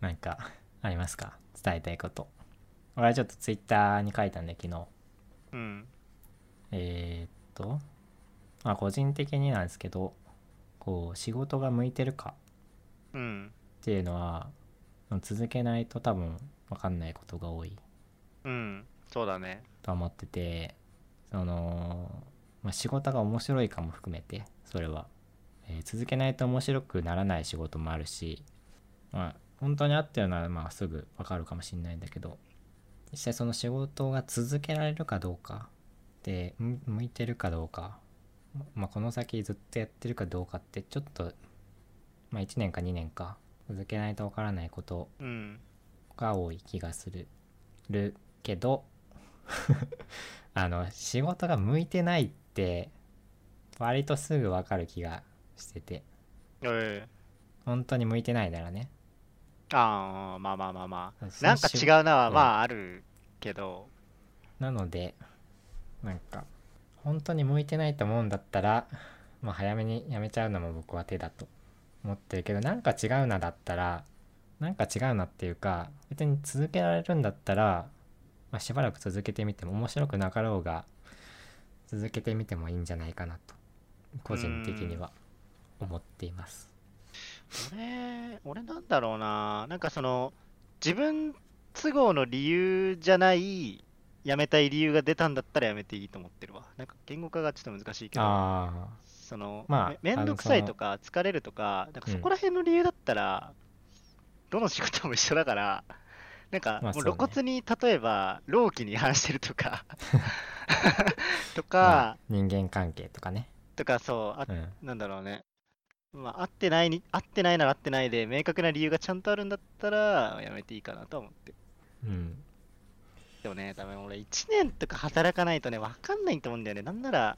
S1: なんかありますか伝えたいこと俺はちょっとツイッターに書いたんで昨日
S2: うん。
S1: えーっとまあ個人的になんですけどこう仕事が向いてるか
S2: うん。
S1: っていうのは続けないと多分分かんないことが多い
S2: うん。そうだね。
S1: と思っててその、まあ、仕事が面白いかも含めてそれは、えー続けないと面白くならない仕事もあるし、まあ、本当に合ってるならまあすぐ分かるかもしれないんだけど実際その仕事が続けられるかどうかでむ向いてるかどうか、ままあ、この先ずっとやってるかどうかってちょっと、まあ、1年か2年か続けないと分からないこと
S2: うん。
S1: が多い気がするるけど あの仕事が向いてないって割とすぐ分かる気がしてて
S2: ええ
S1: 本当に向いてないならね
S2: ああ、まあまあまあまあ。
S1: その
S2: なんか
S1: 仕
S2: 違
S1: 事
S2: うのは
S1: うん
S2: まああるけど、
S1: なのでなんか本当に向いてないと思うんだったら、まあ、早めに辞めちゃうのも僕は手だと思ってるけどなんか違うなだったらなんか違うなっていうか別に続けられるんだったら、まあ、しばらく続けてみても面白くなかろうが続けてみてもいいんじゃないかなと個人的には思っています。
S2: 俺、俺なんだろうな。なんかその、自分都合の理由じゃない、辞めたい理由が出たんだったら辞めていいと思ってるわ。なんか言語化がちょっと難しいけど。
S1: あ
S2: その、
S1: まあ
S2: めめんどくさいとか、疲れるとか、なんかそこら辺の理由だったら、どの仕事も一緒だから、なんか、
S1: まあ
S2: もう
S1: そう
S2: 露
S1: ね
S2: 骨に、例えば、労基に違反してると か、
S1: あ、
S2: と
S1: ま
S2: か
S1: あ、人間関係とかね。
S2: とか、そう、あ
S1: う、ん、
S2: なんだろうね。まあ、合ってないに、合ってないなら合ってないで、明確な理由がちゃんとあるんだったら、やめていいかなとは思って。
S1: うん、
S2: でもね、多分俺、1年とか働かないとね、わかんないと思うんだよね。なんなら、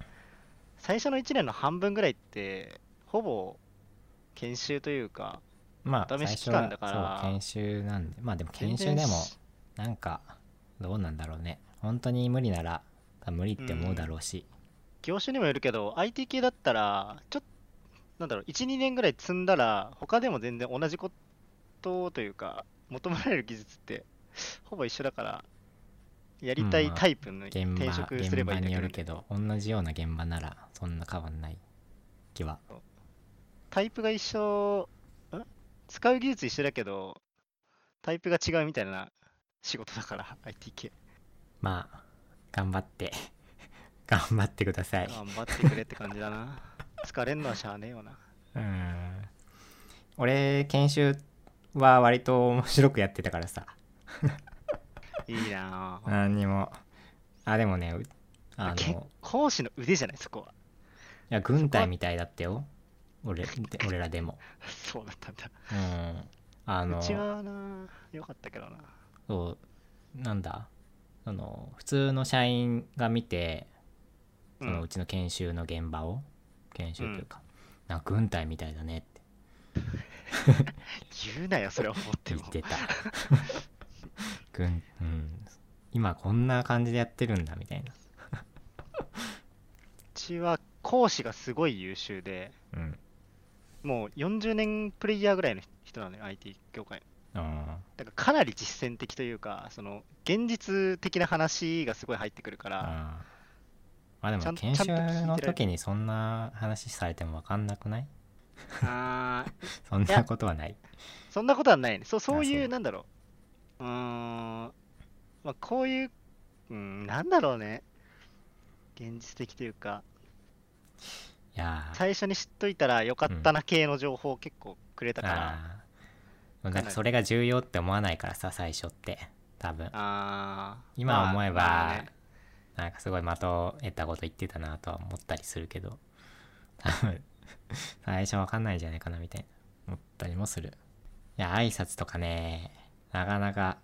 S2: 最初の1年の半分ぐらいって、ほぼ研修というか、
S1: まあ
S2: お
S1: 最
S2: 試
S1: 初
S2: し期間
S1: は
S2: だから
S1: そう研修なんでまあでも研
S2: 全
S1: 修
S2: 然
S1: でも
S2: し
S1: なんかどうなんだろうね本当に無理ならあ無理って思うだろうし、
S2: 業種にもよるけど、IT 系だったら、ちょっと、なんだろう、1、2年ぐらい積んだら、他でも全然同じことというか、求められる技術って、ほぼ一緒だから、やりた
S1: う
S2: い
S1: んまあ
S2: タイプの
S1: 現
S2: 転
S1: 場
S2: 職すれ
S1: 現
S2: ば
S1: 場
S2: いいん
S1: に
S2: だけ
S1: よ
S2: ど
S1: る
S2: ね、
S1: けど同じような現場ならそんな変わんない気は
S2: タイプが一緒、ん使う技術一緒だけど、タイプが違うみたいな仕事だから、IT 系。
S1: まあ頑張って 頑張ってください
S2: 頑張ってくれって感じだな。疲れんのはしゃあねえよな。
S1: うん俺研修は割と面白くやってたからさ
S2: いいなぁ。
S1: 何にもあでもねうあ
S2: け
S1: の
S2: 講師の腕じゃない、そこは。
S1: いや軍隊みたいだったよ俺俺らでも
S2: そうだったんだ。
S1: うんあの
S2: うちはな、良かったけどな。
S1: そうなんだあの普通の社員が見て
S2: う、
S1: そのうんちの研修の現場を研修というか、なんか軍隊みたいだねって
S2: 言うなよ、それは思って
S1: 言
S2: も。
S1: ってた 軍、うん、今こんな感じでやってるんだみたいな、
S2: うちは講師がすごい優秀で、
S1: うん、
S2: もう40年プレイヤーぐらいの人なのよ、IT 業界。
S1: あ
S2: だからかなり実践的というか、その現実的な話がすごい入ってくるか
S1: ー
S2: ら、
S1: あーまあで
S2: ち
S1: も
S2: ゃん
S1: 研修
S2: ちゃんと聞いてら
S1: の
S2: れる
S1: 時にそんな話されても分かんなくない
S2: あー
S1: そん
S2: い
S1: な
S2: や
S1: ことはない
S2: そんなことはないね。そうそう
S1: あ
S2: い
S1: そう
S2: う、なんだろう。うーん、まあ、こういう、うん、なんだろうね。現実的というか、
S1: いやー
S2: 最初に知っといたらよかったな系の情報を結構くれたから、
S1: あーなんかそれが重要って思わないからさ最初って多分
S2: あー
S1: 今思えば、
S2: まあまあね
S1: なんかすごい的を得たこと言ってたなとは思ったりするけど多分最初わかんないんじゃないかなみたいな思ったりもするいや挨拶とかねなかなか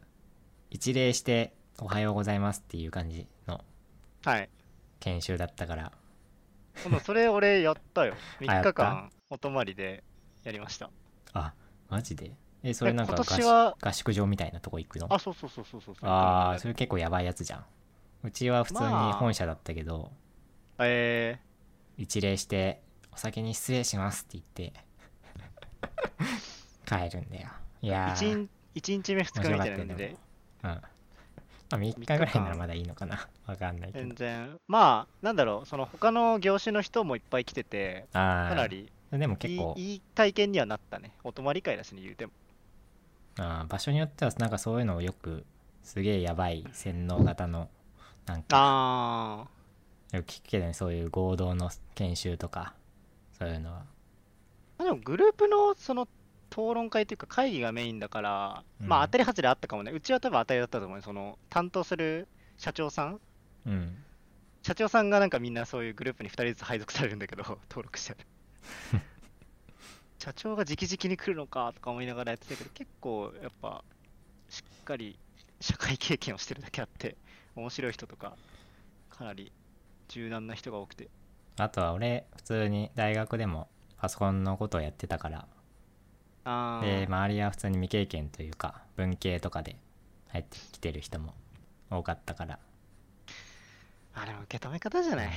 S1: 一礼して「おはようございます」っていう感じの
S2: はい。
S1: 研修だったから
S2: でもそれ俺やっ たよ。
S1: や
S2: 3
S1: っ
S2: 日
S1: た
S2: 間お泊まりでやりました。
S1: あマジでえそれなんか
S2: 今
S1: 合
S2: 年は
S1: 宿合宿場みたいなとこ行くの
S2: あ、そうそうそうそうそうそう。
S1: あーそれ結構やばいやつじゃんうちは普通に
S2: まあ
S1: 本社だったけど、
S2: え
S1: 一礼して「お先に 失礼します」って言って帰るんだよい
S2: ー、
S1: や
S2: 一
S1: ー
S2: 日1日目2日目みたいな感じ
S1: 面
S2: で
S1: うん。まあ、3日ぐらいならまだいいのかな。 わかんないけど
S2: 全。然まあなんだろうその他の業種の人もいっぱい来てて
S1: ああ。
S2: かなり
S1: でも
S2: い
S1: 結
S2: い
S1: 構、
S2: いい体験にはなったねお泊まり会だしね言うても
S1: あー場所によっては、なんかそういうのをよく、すげえやばい洗脳型の、なんか、
S2: あ
S1: よく聞くけどね、そういう合同の研修とか、そういうのは。
S2: ーでもグループのその討論会というか会議がメインだから、
S1: うん
S2: まあ当たり外れあったかもねうちは多分当たりだったと思うよその担当する社長さん
S1: うん。
S2: 社長さんがなんかみんなそういうグループに2人ずつ配属されるんだけど 登録してある社長が直々に来るのかとか思いながらやってたけど結構やっぱしっかり社会経験をしてるだけあって面白い人とかかなり柔軟な人が多くて
S1: あとは俺、普通に大学でもパソコンのことをやってたから、
S2: あー
S1: で、周りは普通に未経験というか、文系とかで入ってきてる人も多かったから、
S2: あれも受け止め方じゃない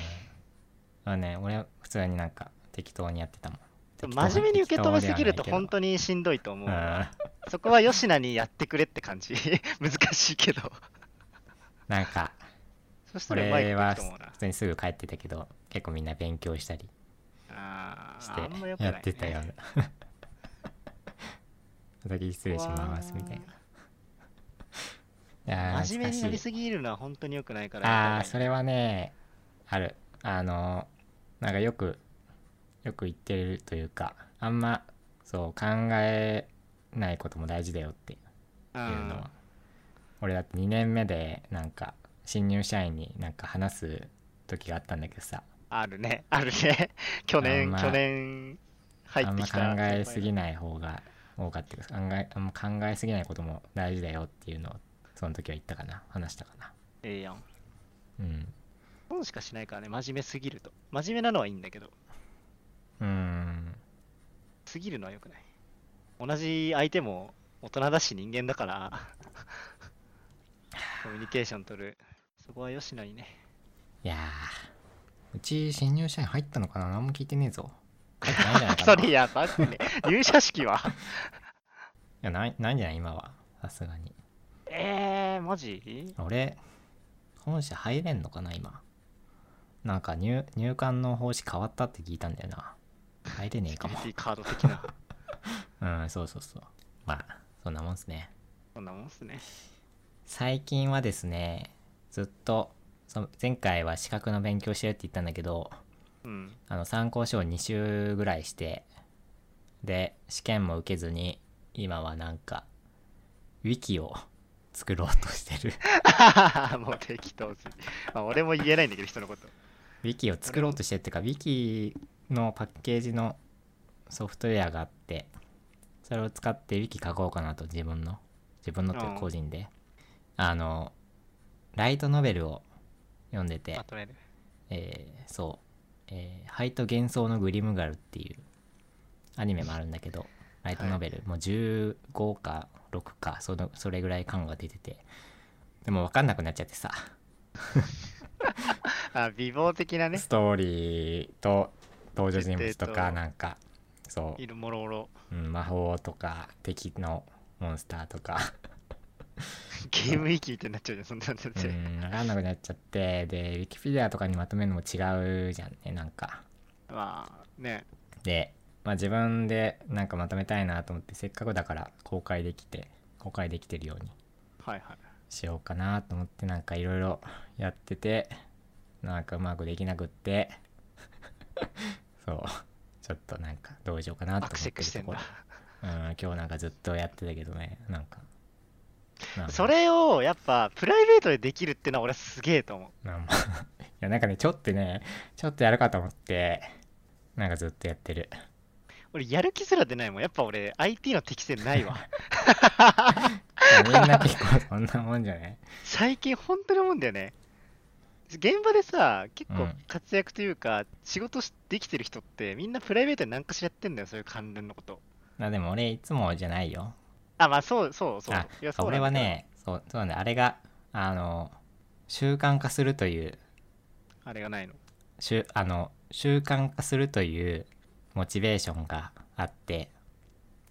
S1: まあね、俺は普通になんか適当にやってたもん。
S2: 真面目に受け止めすぎると本
S1: に。
S2: 当にしんどいと思
S1: う。
S2: うん
S1: な
S2: そこは吉名にやってくれって感じ 難しいけど
S1: んか、
S2: そしたらうま
S1: 俺
S2: いことい
S1: は
S2: くと思 うな
S1: 普通にすぐ帰ってたけど、結構みんな勉強したり
S2: あー
S1: して
S2: あんま良くない
S1: や
S2: ね
S1: ってたような。 先失礼しますみたいな。いやー
S2: 真面目にな
S1: しかし
S2: りすぎるのは本当に良くないから
S1: ああ、
S2: やっぱ
S1: そ
S2: り
S1: れはね、ある。あの、なんかよく、よく言ってるというか、あんま、そう、考えないことも大事だよってっていうのは、俺だって2年目でなんか新入社員になんか話す時があったんだけどさ、
S2: うんあるね あるね去
S1: あん
S2: 年
S1: ま
S2: 去年入
S1: あ
S2: っ
S1: ん
S2: て
S1: ま
S2: き
S1: 考
S2: た
S1: えすぎ
S2: 先
S1: ない方が多かったけど考えあんま考えすぎないことも大事だよっていうのをその時は言ったかな話したかな
S2: 輩ええやん
S1: うん
S2: 損しかしないからね真面目すぎると真面目なのはいいんだけど
S1: うーん
S2: すぎるのは良くない同じ相手も大人だし人間だから コミュニケーション取るそこは吉野にね
S1: いやーうち新入社員入ったのかな何も聞いてねえぞ入ってないんじゃないか
S2: そ
S1: ない
S2: れやばくね入社式は
S1: やないないんじゃない今はさすがに
S2: えー、マジ
S1: 俺本社入れんのかな今なんか入入管の方針変わったって聞いたんだよな入れねえか
S2: セキュ
S1: も
S2: リティカード的な
S1: うんそうそうそうまあそんなもんっすね
S2: そんなもんっすね
S1: 最近はですねずっとその前回は資格の勉強してるって言ったんだけど
S2: うん
S1: あの参考書を2週ぐらいしてで試験も受けずに今はなんかウィキを作ろうとしてる
S2: もう適当すぎ、まあ、俺も言えないんだけど人のこと
S1: ウィキを作ろうとしてるっていうか、ウィキのパッケージのソフトウェアがあって、それを使ってウィキ書こうかなと、自分の。自分のという
S2: うん
S1: か個人で。あの、ライトノベルを読んでて
S2: ま、とめる
S1: えーそう、えー、灰と幻想のグリムガルっていうアニメもあるんだけど、ライトノベル、もう15か6かその、それぐらい感が出てて、でも分かんなくなっちゃってさ。
S2: あ美貌的なね
S1: ストーリーと登場人物と
S2: 設定
S1: か
S2: と
S1: なんかそ
S2: いるもろもろ
S1: う、うん、魔法とか敵のモンスターと か
S2: ゲーム域みたいになっちゃうじゃんそんなんだっ
S1: う
S2: て、
S1: ん分かんなくなっちゃってでウィキペディアとかにまとめるのも違うじゃんねなんか
S2: まあね
S1: で、まあ、自分でなんかまとめたいなと思ってせっかくだから公開できて公開できてるように
S2: はいはい
S1: しようかなと思ってなんかいろいろやっててなんかうまくできなくって そうちょっとなんかどうしようかなと思
S2: ア
S1: って
S2: クセクして
S1: る
S2: ん
S1: とこ
S2: だ
S1: ろうん今日なんかずっとやってたけどねなんかなんか
S2: それをやっぱプライベートでできるってのは俺すげえと思う
S1: なんか いやなんかねちょっとねちょっとやるかと思ってなんかずっとやってる
S2: 俺やる気すら出ないもんやっぱ俺 IT の適性ない わ
S1: みんな結構そんなもんじゃない
S2: 最近本当に思うんだよね現場でさ結
S1: う
S2: 構
S1: ん
S2: 活躍というか、仕事しできてる人ってみんなプライベートで何かしらやってんだよそういう関連のこと
S1: なでも俺いつもじゃないよ
S2: あまあそうそうそう
S1: あ
S2: いや
S1: 俺は
S2: なんだけど
S1: ねそうそうなんだあれがあの習慣化するという
S2: あれがないの
S1: しゅあの習慣化するというモチベーションがあって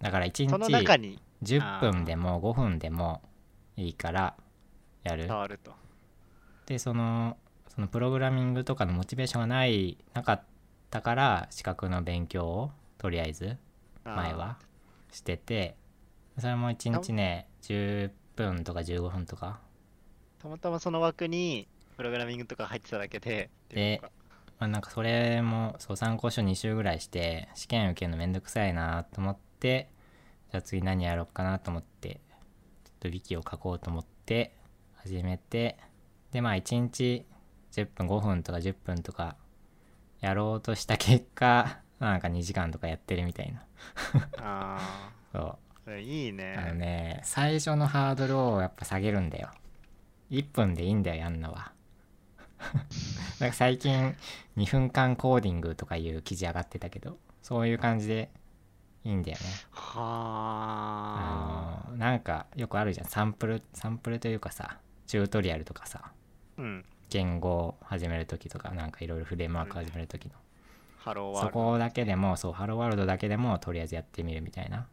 S1: だから一日
S2: その中に
S1: 10分でも5分でもいいからやる
S2: 触ると。
S1: でそのそのプログラミングとかのモチベーションがないなかったから資格の勉強をとりあえず
S2: あー
S1: 前はしててそれも1日ね10分とか15分とか
S2: たまたまその枠にプログラミングとか入ってただけで。
S1: でまあ、なんかそれもそう参考書2週ぐらいして試験受けるのめんどくさいなと思ってじゃあ次何やろうかなと思ってちょっとウィキを書こうと思って始めてでまあ1日10分5分とか10分とかやろうとした結果なんか2時間とかやってるみたいな
S2: あ
S1: そう
S2: あ、それいいね。
S1: あのね最初のハードルをやっぱ下げるんだよ1分でいいんだよやんのは なんか最近2分間コーディングとかいう記事上がってたけどそういう感じでいいんだよね
S2: は
S1: あ
S2: あ。
S1: のなんかよくあるじゃんサンプルサンプルというかさチュートリアルとかさ
S2: うん。
S1: 言語を始める時とかなんかいろいろフレームワーク始める時の
S2: ハローワー
S1: そ
S2: ルド。
S1: こだけでもそうハローワールドだけでもとりあえずやってみるみたいな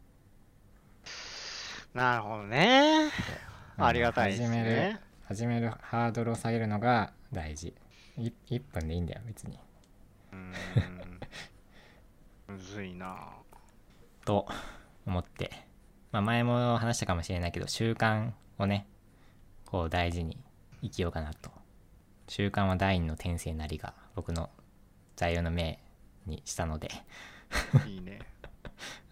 S2: なるほどね。
S1: うん
S2: ありがたいです
S1: 始める
S2: ね。
S1: 始めるハードルを下げるのが大事い1分でいいんだよ別に
S2: うーん。むずいな。
S1: と思って、まあ、前も話したかもしれないけど習慣をねこう大事に生きようかなと習慣は第二の天性なりが僕の座右の銘にしたので、
S2: いいね。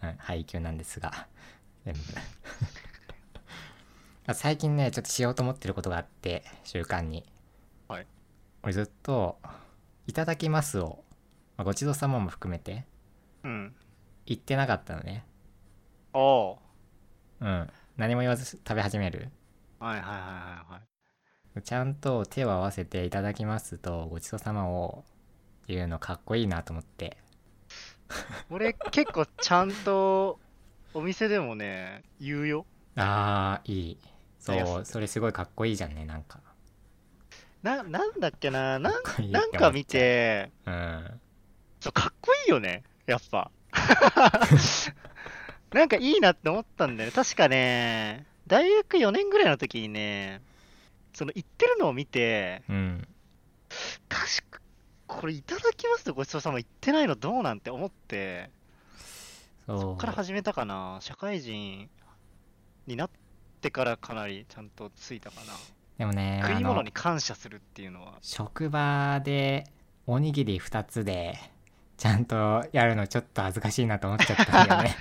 S1: うん、配給なんですが全部 あ最近ねちょっとしようと思ってることがあって習慣に
S2: はい
S1: 俺ずっと「いただきますを」まあごちそうさまも含めて
S2: うん。
S1: 言ってなかったのね
S2: おお
S1: うん何も言わず食べ始める
S2: う。はいはいはいはいはい。
S1: ちゃんと手を合わせて「いただきます」と「ごちそうさま」を言うのかっこいいなと思って
S2: 俺結構ちゃんとお店でもね、言うよ。
S1: あーいい
S2: い
S1: そ
S2: や
S1: うそれすごいかっこいいじゃんねなんか
S2: な、なんだっけな、なん
S1: かっこいいって
S2: なんか見て、
S1: うん
S2: そう、かっこいいよね、やっぱ。 なんかいいなって思ったんだよね。確かね、大学4年ぐらいの時にね、その言ってるのを見て、
S1: うん
S2: 確か、これいただきますとごちそうさま言ってないのどうなんて思って、
S1: そう
S2: そっから始めたかな。社会人になってからかなりちゃんとついたかな。
S1: でもね
S2: 食い
S1: あ
S2: 物
S1: の
S2: に感謝するっていうのは。
S1: 職場でおにぎり2つでちゃんとやるのちょっと恥ずかしいなと思っちゃったんだよ ね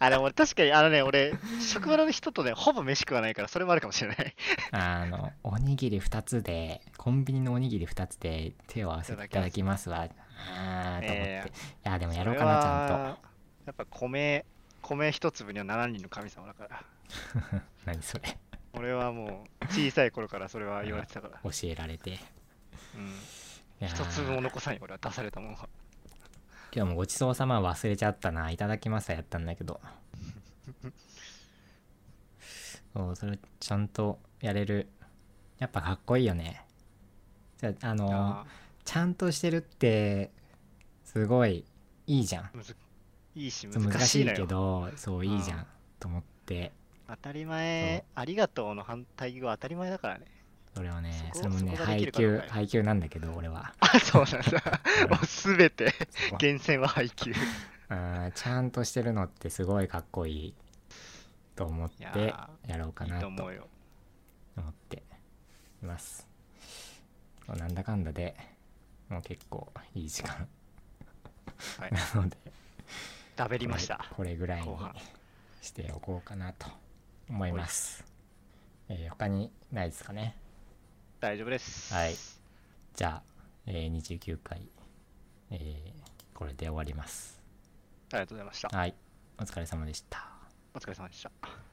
S2: あ、でも俺確かに、あのね、俺、職場の人とね、ほぼ飯食わないから、それもあるかもしれない。
S1: あのおにぎり2つでコンビニのおにぎり2つで手を合わせていただきますわあーと思って、
S2: ええ
S1: いやでもやろうかなちゃんと
S2: と。やっぱ米、米一粒には7人の神様だから。
S1: 何それ
S2: 俺はもう、小さい頃からそれは言われてたから。
S1: 教えられてい
S2: うん。
S1: やー
S2: 一粒も残さない、俺は出されたもんは。
S1: 今日もごちそうさま忘れちゃったないただきますはやったんだけど そうそれちゃんとやれるやっぱかっこいいよねじゃああの
S2: あ
S1: ちゃんとしてるってすごいいいじゃん
S2: ーむずいいし、
S1: そう
S2: 難
S1: 難
S2: し
S1: し
S2: い
S1: い
S2: の
S1: け
S2: よ。
S1: どそういいじゃ
S2: うん
S1: んと思って
S2: 当たり前、ありがとうの反対語は当たり前だからね。
S1: それをね
S2: そこ
S1: それもね
S2: そこができ
S1: 配
S2: るかどう
S1: 給
S2: かよ
S1: 配給なんだけど俺は
S2: あ、そうなんだ。もうすべて、
S1: そこ
S2: 厳選は配給。
S1: うんちゃんとしてるのってすごいかっこいいと思っ
S2: い
S1: て
S2: や
S1: や
S2: ー
S1: ろうか
S2: いい
S1: な
S2: と
S1: と
S2: 思うよ。
S1: 思っていますそうなんだかんだでもう結構いい時間
S2: はい。
S1: なので
S2: 食べりました。
S1: これぐらいに
S2: 後半
S1: しておこうかなと思います、えー他にないですかね
S2: 大丈夫です。
S1: はいじゃあ、えー29回、えーこれで終わります
S2: ありがとうございました。
S1: はいお疲れ様でした
S2: お疲れ様でした。